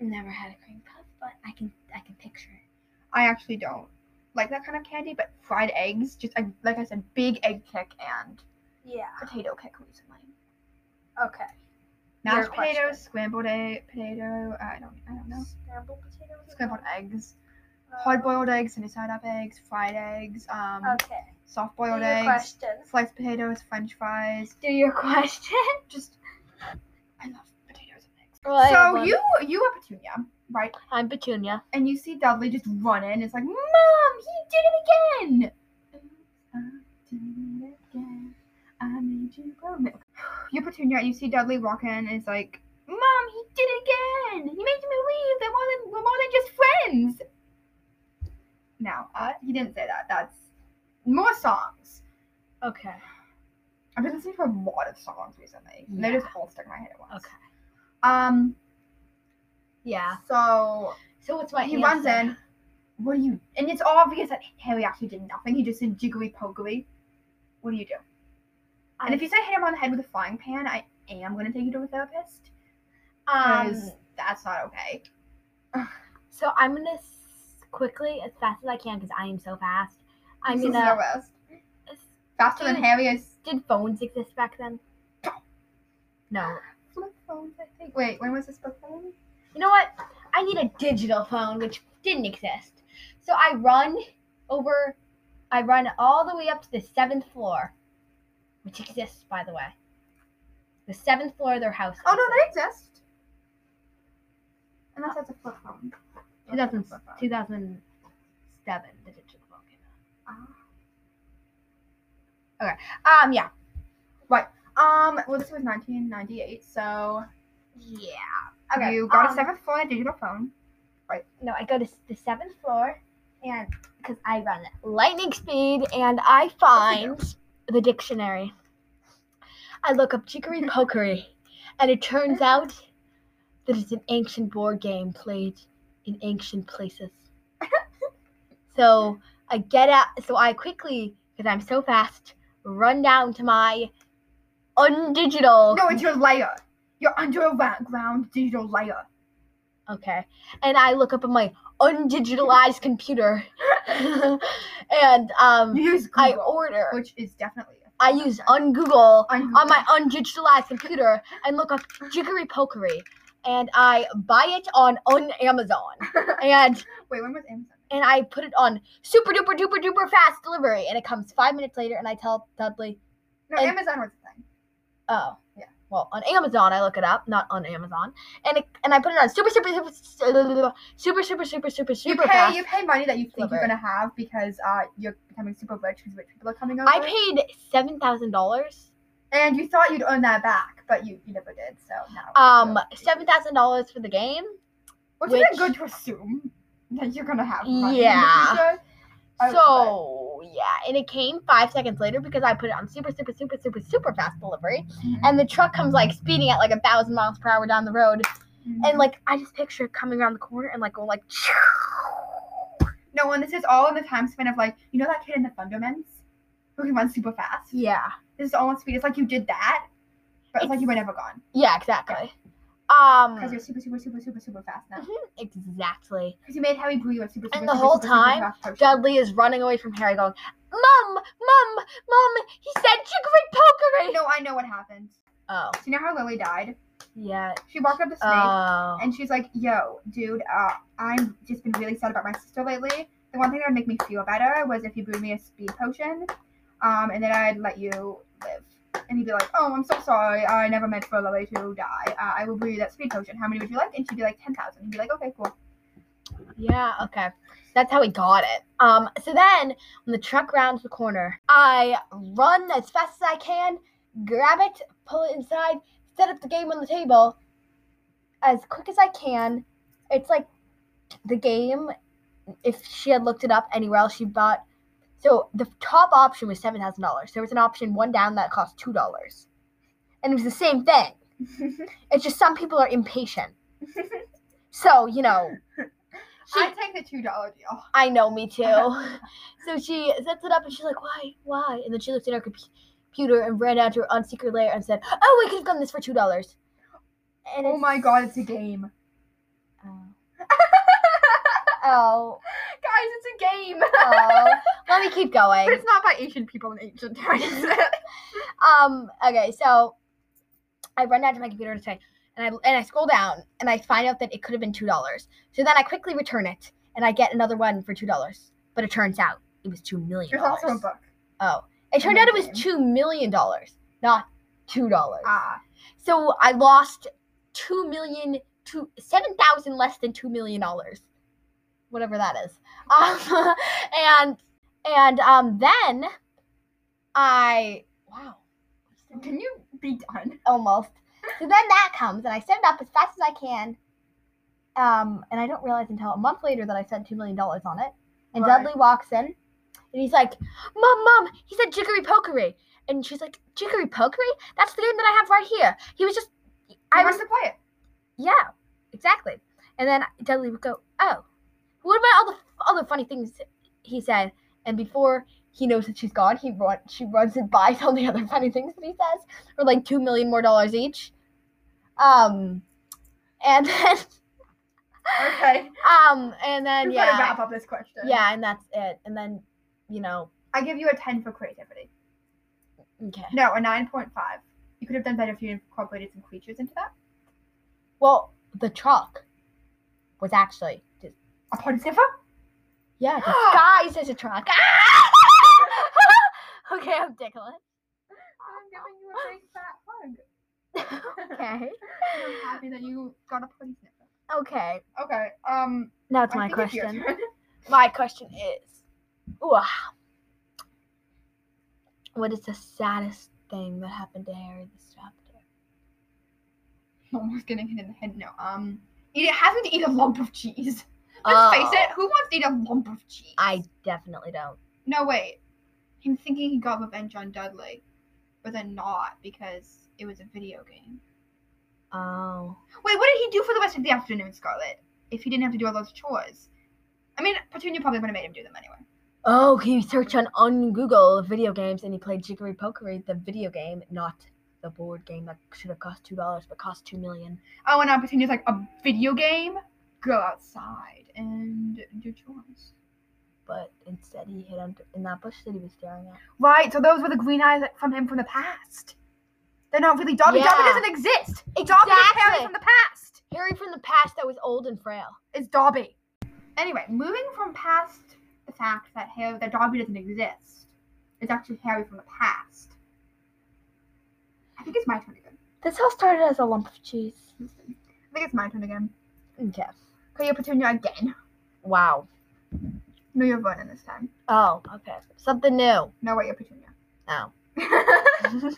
C: Never had a cream puff, but I can I can picture it.
B: I actually don't like that kind of candy, but fried eggs, just I, like I said, big egg kick and
C: Yeah.
B: potato kick recently.
C: Okay.
B: Mashed
C: Your question.
B: potatoes, scrambled egg, potato. Uh, I don't, I don't know.
C: Scrambled potatoes.
B: Scrambled eggs, hard boiled eggs, sunny side up eggs, fried eggs, um,
C: Okay.
B: soft boiled eggs, sliced potatoes, French fries.
C: Do your question.
B: Just I love potatoes and eggs.
C: Well, I
B: so
C: love-
B: you you are Petunia, right?
C: I'm Petunia.
B: and you see Dudley just run in. It's like, Mom, he did it again. I did it again. I made you grow milk. You're Petunia, and you see Dudley walk in, and it's like, Mom, he did it again. He made me believe that more than we're more than just friends. Now, uh, he didn't say that. That's more songs.
C: Okay.
B: I've been listening to a lot of songs recently. and They
C: Yeah.
B: just all stuck in my head at once.
C: Okay.
B: Um.
C: Yeah.
B: So
C: So what's my
B: he
C: answer?
B: runs in. What do you? And it's obvious that Harry actually did nothing. He just did jiggly pokery. What do you do? and if you say hit him on the head with a frying pan, I am going to take you to a therapist because
C: Um.
B: that's not okay.
C: So I'm gonna s- quickly as fast as I can because I am so fast. I'm
B: This is
C: gonna.
B: the worst. faster than
C: Dude.
B: Harry is.
C: Did phones exist back then? No.
B: Flip phones, I think. Wait, when was this before?
C: You know what? I need a digital phone, which didn't exist. So I run over, I run all the way up to the seventh floor, which exists, by the way. The seventh floor of their house.
B: Oh no,
C: exists.
B: they exist. Unless that's a flip phone.
C: 2000,
B: Flip phone.
C: 2007, the digital phone came
B: Ah.
C: out. Um, yeah.
B: Um, well, this was 1998, so
C: Yeah.
B: okay. you got
C: um,
B: a seventh floor and a digital phone.
C: No, I go to s- the seventh floor, and because I run at lightning speed, and I find the dictionary. I look up Chicory Pokery, and it turns out that it's an ancient board game played in ancient places. so I get out, so I quickly, because I'm so fast, run down to my undigital.
B: No, it's your layer. Your underground digital layer.
C: Okay. And I look up on my undigitalized computer. and um
B: You use
C: I
B: Google,
C: order.
B: which is definitely.
C: I use ungoogle
B: on,
C: on my undigitalized computer and look up jiggery pokery and I buy it on on Amazon. And
B: Wait, when was Amazon?
C: and I put it on super duper duper duper fast delivery and it comes 5 minutes later and I tell Dudley,
B: No,
C: And-
B: Amazon was a thing.
C: "Oh,
B: Yeah.
C: well on Amazon. I look it up, not on Amazon, and it, and I put it on super super super super super super super super
B: You
C: super
B: pay
C: fast.
B: you pay money that you think you're
C: Delivery.
B: gonna have because uh you're becoming super rich because rich people are coming over.
C: I paid seven thousand dollars.
B: and you thought you'd earn that back, but you, you never did. So no.
C: Um,
B: no.
C: seven thousand dollars for the game.
B: Which,
C: which-
B: is good to assume that you're gonna have. Money
C: Yeah.
B: In the future. I-
C: So yeah, and it came five seconds later because I put it on super super super super super fast delivery,
B: Mm-hmm.
C: and the truck comes like speeding at like a thousand miles per hour down the road,
B: Mhm.
C: and like I just picture it coming around the corner and like going like.
B: No, and this is all in the time span of like, you know that kid in the Thundermans who can run super fast?
C: Yeah.
B: This is all on speed. It's like you did that, but it's like you were never gone.
C: Yeah, exactly. Um,
B: Because you're super, super, super, super, super fast now.
C: Mhm, exactly.
B: Because you made Harry brew a super, super,
C: the
B: super,
C: whole
B: super, super
C: time,
B: fast potion.
C: Dudley is running away from Harry, going, "Mom, mom, mom! He said chicory pokery."
B: No, I know what happened.
C: Oh,
B: So you know how Lily died?
C: yeah.
B: She walked up to Snape
C: Oh,
B: and she's like, "Yo, dude, uh, I've just been really sad about my sister lately. The one thing that would make me feel better was if you brewed me a speed potion, um, and then I'd let you live." And he'd be like, "Oh, I'm so sorry. I never meant for Lily to die. Uh, I will brew you that speed potion. How many would you like?" And she'd be like, 10,000. He'd be like, "Okay, cool."
C: yeah. Okay, that's how he got it. Um, so then when the truck rounds the corner, I run as fast as I can, grab it, pull it inside, set up the game on the table as quick as I can. It's like the game. If she had looked it up anywhere else, she bought. So the top option was seven thousand dollars. There was an option one down that cost two dollars, and it was the same thing. It's just some people are impatient. so you know, she,
B: I'd take the two dollar deal.
C: I know, me too. so she sets it up and she's like, why, why? And then she looked at her compu- computer and ran out to her unsecret layer and said, oh, I could have gotten this for $2. And
B: Oh
C: it's-
B: my god, it's a game,
C: Oh. oh.
B: guys. It's a game.
C: oh. Let me keep
B: But
C: going.
B: it's not by Asian people in ancient times.
C: Um, okay, so I run down to my computer to say, and I, and I scroll down and I find out that it could have been $2. So then I quickly return it and I get another one for $2. But it turns out it was $2 million.
B: There's also a book.
C: Oh, it turned out it was two million dollars, not two dollars.
B: Ah,
C: So I lost two million to seven thousand less than two million dollars, whatever that is. Um, and and um, then I wow,
B: can you be done?
C: almost. So then that comes and I set it up as fast as I can. Um, and I don't realize until a month later that I spent two million dollars on it. And
B: Right.
C: Dudley walks in and he's like, Mom, Mom, he said jiggery pokery. And she's like, Jiggery pokery? That's the game that I have right here. He was just
B: I
C: I
B: want
C: was
B: to play it.
C: Yeah, exactly. And then Dudley would go, Oh, what about all the other funny things he said? And before he knows that she's gone, he run, she runs and buys all the other funny things that he says for like two million more dollars each. Um, and then,
B: Okay.
C: um, and then
B: We
C: yeah,
B: gotta wrap up this question.
C: yeah, and that's it. And then, you know,
B: I give you a 10 for creativity.
C: okay.
B: No, a 9.5. You could have done better if you incorporated some creatures into that.
C: Well, the truck was actually just,
B: A pontifer?
C: yeah disguised as a truck. okay, I'm tickling.
B: I'm giving you a big fat
C: Okay.
B: hug. I'm happy that you got a pontifer.
C: Okay.
B: Okay, um.
C: Now it's
B: I
C: my
B: think it's your
C: question.
B: turn.
C: My question is, Ooh, what is the saddest thing that happened to Harry this chapter?
B: I'm almost getting hit in the head. No, um. It having to eat a lump of cheese. Let's face it, who wants to eat a lump of cheese?
C: Oh, I definitely don't.
B: No, wait. Him thinking he got revenge on Dudley, but then not because it was a video game.
C: Oh,
B: Wait, what did he do for the rest of the afternoon, Scarlet? If he didn't have to do all those chores, I mean, Petunia probably would have made him do them anyway.
C: oh, he searched on on Google video games and he played Jiggery Pokery, the video game, not the board game that should have cost two dollars but cost two million.
B: Oh, and now Petunia's like a video game. Go outside and do chores.
C: But instead, he hid under in that bush that he was staring at.
B: Right. So those were the green eyes from him from the past. They're not really Dobby. Dobby
C: Yeah.
B: doesn't exist. Dobby is Harry from the past.
C: Harry from the past that was old and frail.
B: It's Dobby. Anyway, moving from past the fact that Harry that Dobby doesn't exist, it's actually Harry from the past. I think it's my turn again.
C: This all started as a lump of cheese.
B: I think it's my turn again.
C: Okay.
B: Coyote Petunia again.
C: Wow.
B: No, you're Vernon this time.
C: Oh, okay. Something new.
B: No, wait, you're Petunia.
C: Oh. Eh,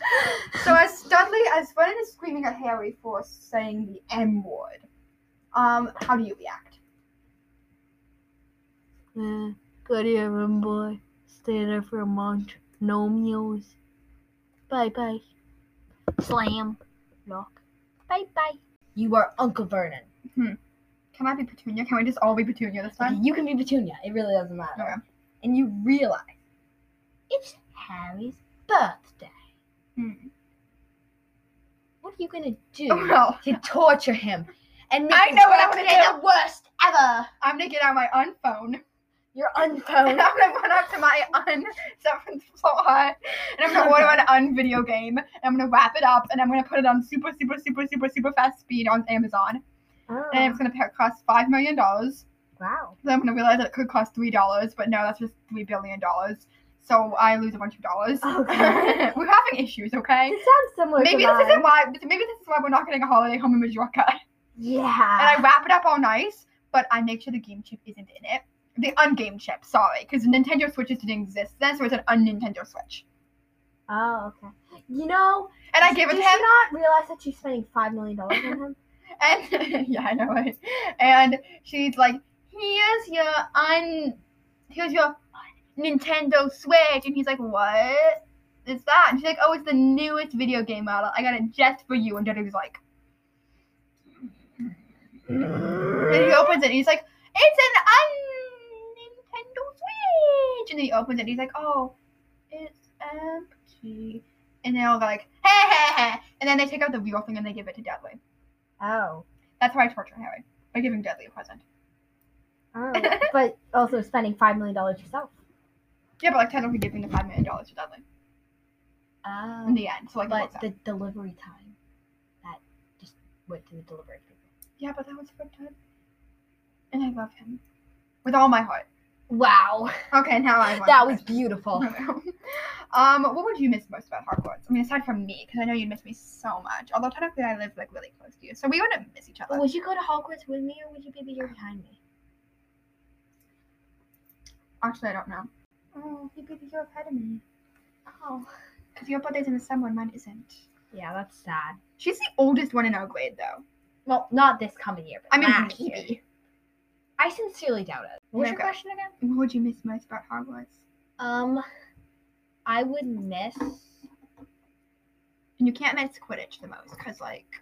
B: so as Dudley, as Vernon is screaming at Harry for saying the M word, um, how do you react?
C: Yeah. Good evening, boy. Stay there for a month. No meals. Bye bye. Slam. Lock. Bye bye. You are Uncle Vernon.
B: Can I be Petunia? Can we just all be Petunia this
C: Okay,
B: time?
C: you can be Petunia. It really doesn't matter.
B: Okay.
C: And you realize it's Harry's birthday.
B: Hmm.
C: What are you gonna do
B: Oh no!
C: to torture him? And make
B: I
C: his
B: know what I'm gonna
C: birthday
B: do.
C: The worst ever.
B: I'm gonna get out my unphone.
C: You're
B: and
C: unphoned.
B: I'm gonna run up to my un seventh floor, and I'm gonna order an un video game, and I'm gonna wrap it up, and I'm gonna put it on super, super, super, super, super fast speed on Amazon, and it's gonna pa- cost five million dollars.
C: Oh, wow.
B: Then I'm gonna realize that it could cost three dollars, but no, that's just three billion dollars. So I lose a bunch of dollars.
C: Okay.
B: we're having issues, okay?
C: sounds similar
B: Maybe this isn't why. Maybe this is why we're not getting a holiday home in Majorca. and
C: Yeah.
B: I wrap it up all nice, but I make sure the game chip isn't in it. The ungamed chip, sorry, because Nintendo Switches didn't exist then, so it's an un-Nintendo Switch.
C: oh, okay. You know,
B: And I give it to
C: did
B: him,
C: you not realize that she's spending five million dollars on him?
B: and yeah, I know right? And she's like, "Here's your un, here's your Nintendo Switch," and he's like, "What is that?" And she's like, "Oh, it's the newest video game model. I got it just for you." And Daddy's like, And he opens it and he's like, It's an un Nintendo Switch! And then he opens it and he's like, Oh, it's empty. And they all go like, Hey, hey, hey. And then they take out the real thing and they give it to Dudley.
C: Oh.
B: That's how I torture Harry by giving Dudley a present.
C: Oh. but also spending five million dollars yourself.
B: Yeah, but like technically giving the $5 million to Dudley
C: Oh.
B: in the end. So like, it
C: but
B: works out.
C: the delivery time that just went to the delivery people.
B: yeah, but that was a good time. And I love him with all my heart.
C: Wow,
B: Okay, now I want
C: that
B: to-
C: was beautiful.
B: um, what would you miss most about Hogwarts? I mean, aside from me, because I know you'd miss me so much. Although technically, I live like really close to you, so we wouldn't miss each other.
C: would you go to Hogwarts with me, or would you be here behind me?
B: Actually, I don't know. Oh, you'd be the year ahead of me.
C: Oh,
B: Because your birthday's in the summer and mine isn't.
C: yeah, that's sad.
B: She's the oldest one in our grade, though.
C: Well, not this coming year, but
B: I mean,
C: last year.
B: maybe.
C: I sincerely doubt it. What was your
B: Okay.
C: question again?
B: What would you miss most about Hogwarts?
C: Um, I would miss.
B: And you can't miss Quidditch the most, because, like,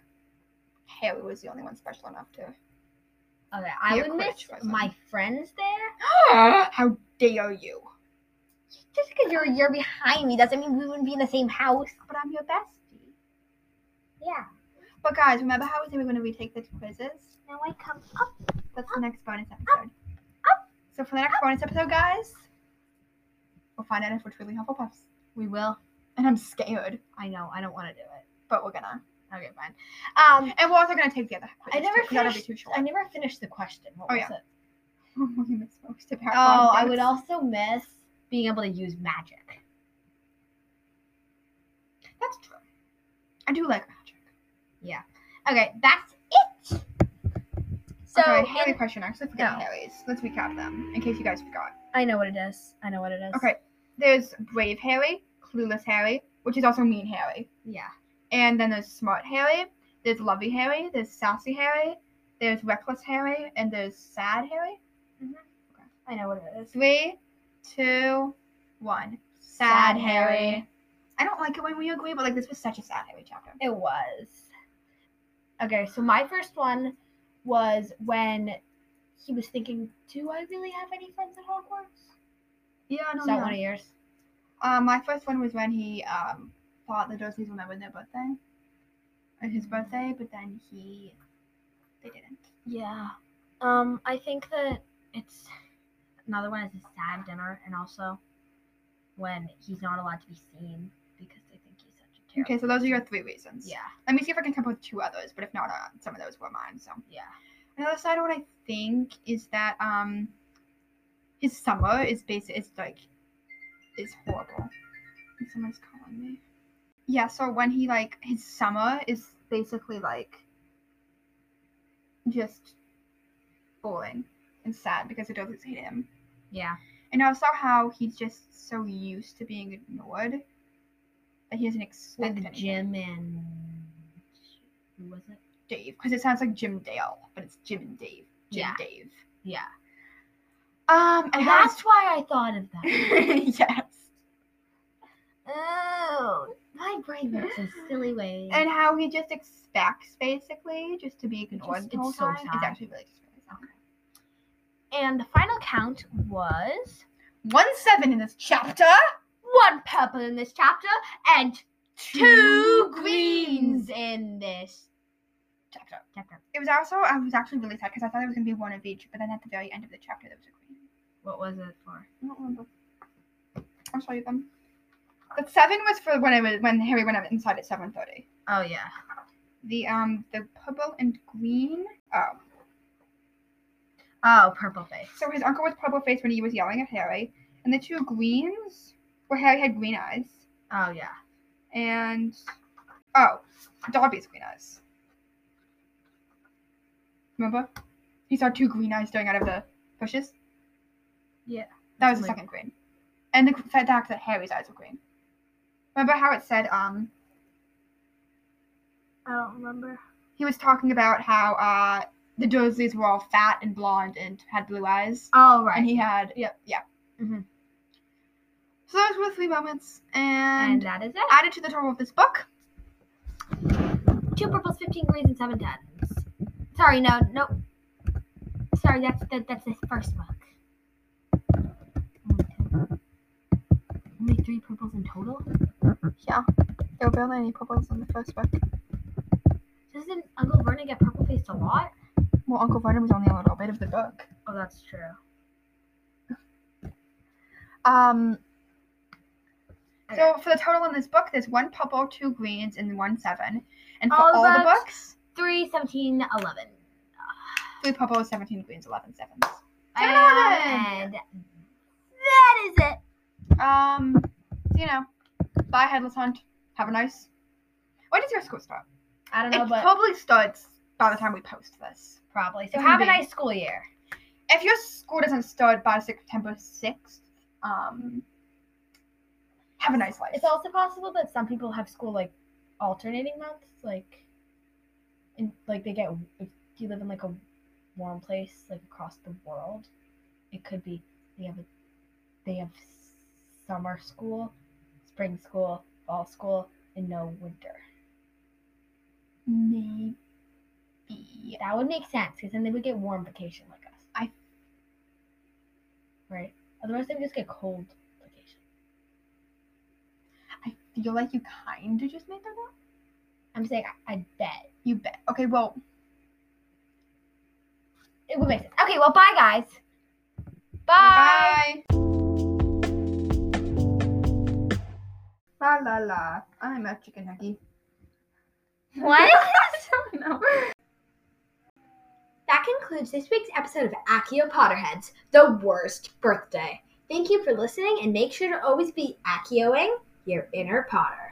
B: Haley was the only one special enough to.
C: Okay, I
B: Yeah,
C: would miss
B: Quidditch wasn't.
C: my friends there.
B: How dare you!
C: Just because you're a year behind me doesn't mean we wouldn't be in the same house.
B: But I'm your bestie.
C: Yeah.
B: But, guys, remember how we said we were going to retake the quizzes?
C: Now I come up.
B: That's the next bonus episode. So for the next bonus episode, guys, we'll find out if we're truly Hufflepuffs.
C: We will.
B: And I'm scared,
C: I know. I don't want to do it.
B: but we're gonna.
C: Okay, fine. Um,
B: And we're also gonna take the other.
C: I
B: quiz,
C: never
B: too, 'cause That'll be
C: finished-
B: too short.
C: I never finished the question. What
B: Oh,
C: was
B: yeah.
C: it?
B: What do you miss most about
C: Oh, I
B: podcasts?
C: would also miss being able to use magic.
B: That's true. I do like magic.
C: Okay, that's it. So
B: okay, Harry
C: and-
B: question. I actually forgot
C: No.
B: Harry's. Let's recap them in case you guys forgot.
C: I know what it is. I know what it is.
B: Okay, there's brave Harry, clueless Harry, which is also mean Harry.
C: Yeah.
B: And then there's Smart Harry, there's Lovey Harry, there's Sassy Harry, there's Reckless Harry, and there's Sad Harry.
C: I know what it is.
B: Three, two, one. Sad,
C: Sad Harry.
B: Harry. I don't like it when we agree, but like this was such a sad Harry chapter.
C: It was. Okay, so my first one was when he was thinking, "Do I really have any friends at Hogwarts?"
B: Yeah, I
C: Is that one of yours?
B: Uh, my first one was when he um thought the Dursleys would remember their birthday, or his birthday, but then he they didn't.
C: Yeah. Um, I think that it's another one is a sad dinner, and also when he's not allowed to be seen because they think he's such a terrible.
B: Okay, so those are your three reasons.
C: Yeah,
B: Let me see if I can come up with two others, but if not, uh, some of those were mine. So
C: yeah.
B: another side of what I think is that um his summer is basic. It's like is horrible. And someone's calling me. Yeah, so when he like his summer is basically like just boring and sad because it doesn't hate him.
C: Yeah.
B: And also how he's just so used to being ignored that he doesn't expect
C: With
B: anything.
C: Jim and who was it?
B: Dave because it sounds like Jim Dale, but it's Jim and Dave. Jim
C: Yeah.
B: Dave.
C: Yeah.
B: Um, and how-
C: That's why I thought of that.
B: yes.
C: oh, my brain works in silly ways.
B: And how he just expects basically just to be ignored
C: just-
B: the whole
C: it's so
B: time. It's
C: sad.
B: actually really just really sad.
C: and the final count was
B: One seven in this chapter.
C: one purple in this chapter and two greens in this
B: Chapter.
C: chapter.
B: It was also I was actually really sad because I thought it was gonna be one of each, but then at the very end of the chapter there was a green.
C: What was it for?
B: I don't remember. I'll show you them. The seven was for when I was when Harry went out inside at seven thirty.
C: Oh yeah.
B: The um the purple and green. Oh,
C: Oh, purple face.
B: So his uncle was purple faced when he was yelling at Harry, and the two greens were Harry had green eyes,
C: Oh yeah.
B: and oh, Dobby's green eyes. Remember, he saw two green eyes staring out of the bushes.
C: Yeah.
B: That was the
C: Like-
B: second green, and the fact that Harry's eyes were green. Remember how it said um
C: I don't remember.
B: he was talking about how uh the Dursleys were all fat and blonde and had blue eyes.
C: Oh right.
B: and he had yep yeah. Mm-hmm.
C: Mhm.
B: So those were the three moments,
C: and uh,
B: and,
C: that is it.
B: added to the total of this book.
C: Two purples, fifteen greens, and seven tens. Sorry, no, no. Sorry, that's that, that's the first book. Only two. Only three purples in total.
B: There were barely any purples in the first book.
C: Doesn't Uncle Vernon get purple faced a lot?
B: Well, Uncle Vernon was only a little bit of the book.
C: Oh, that's true.
B: Um. So
C: Okay.
B: for the total in this book, there's one purple, two greens, and one seven. And for
C: All
B: all,
C: the
B: the
C: books?
B: books,
C: Three, seventeen, eleven.
B: three purples, seventeen greens, eleven sevens.
C: And that is it.
B: Um. So, you know, bye, headless hunt. Have a nice. When does your school start?
C: I don't
B: It probably starts by the time we post this.
C: probably. So
B: it's
C: have a
B: gonna be-
C: nice school year.
B: if your school doesn't start by September 6th, um, have a nice life.
C: It's also possible that some people have school like alternating months, like and like they get if you live in like a warm place, like across the world, it could be they have a they have summer school, spring school, fall school, and no winter.
B: maybe.
C: That would make sense because then they would get warm vacation like us.
B: I-
C: right. Otherwise, they would just get cold vacation.
B: I feel like you kind of just made that up.
C: I'm saying I, I bet
B: You bet. Okay, well,
C: it would make sense. Okay, well, bye guys. bye.
B: bye. La la la. I'm a chicken huggy.
C: What?
B: I don't know.
C: That concludes this week's episode of Accio Potterheads, the worst birthday. Thank you for listening and make sure to always be accioing your inner Potter.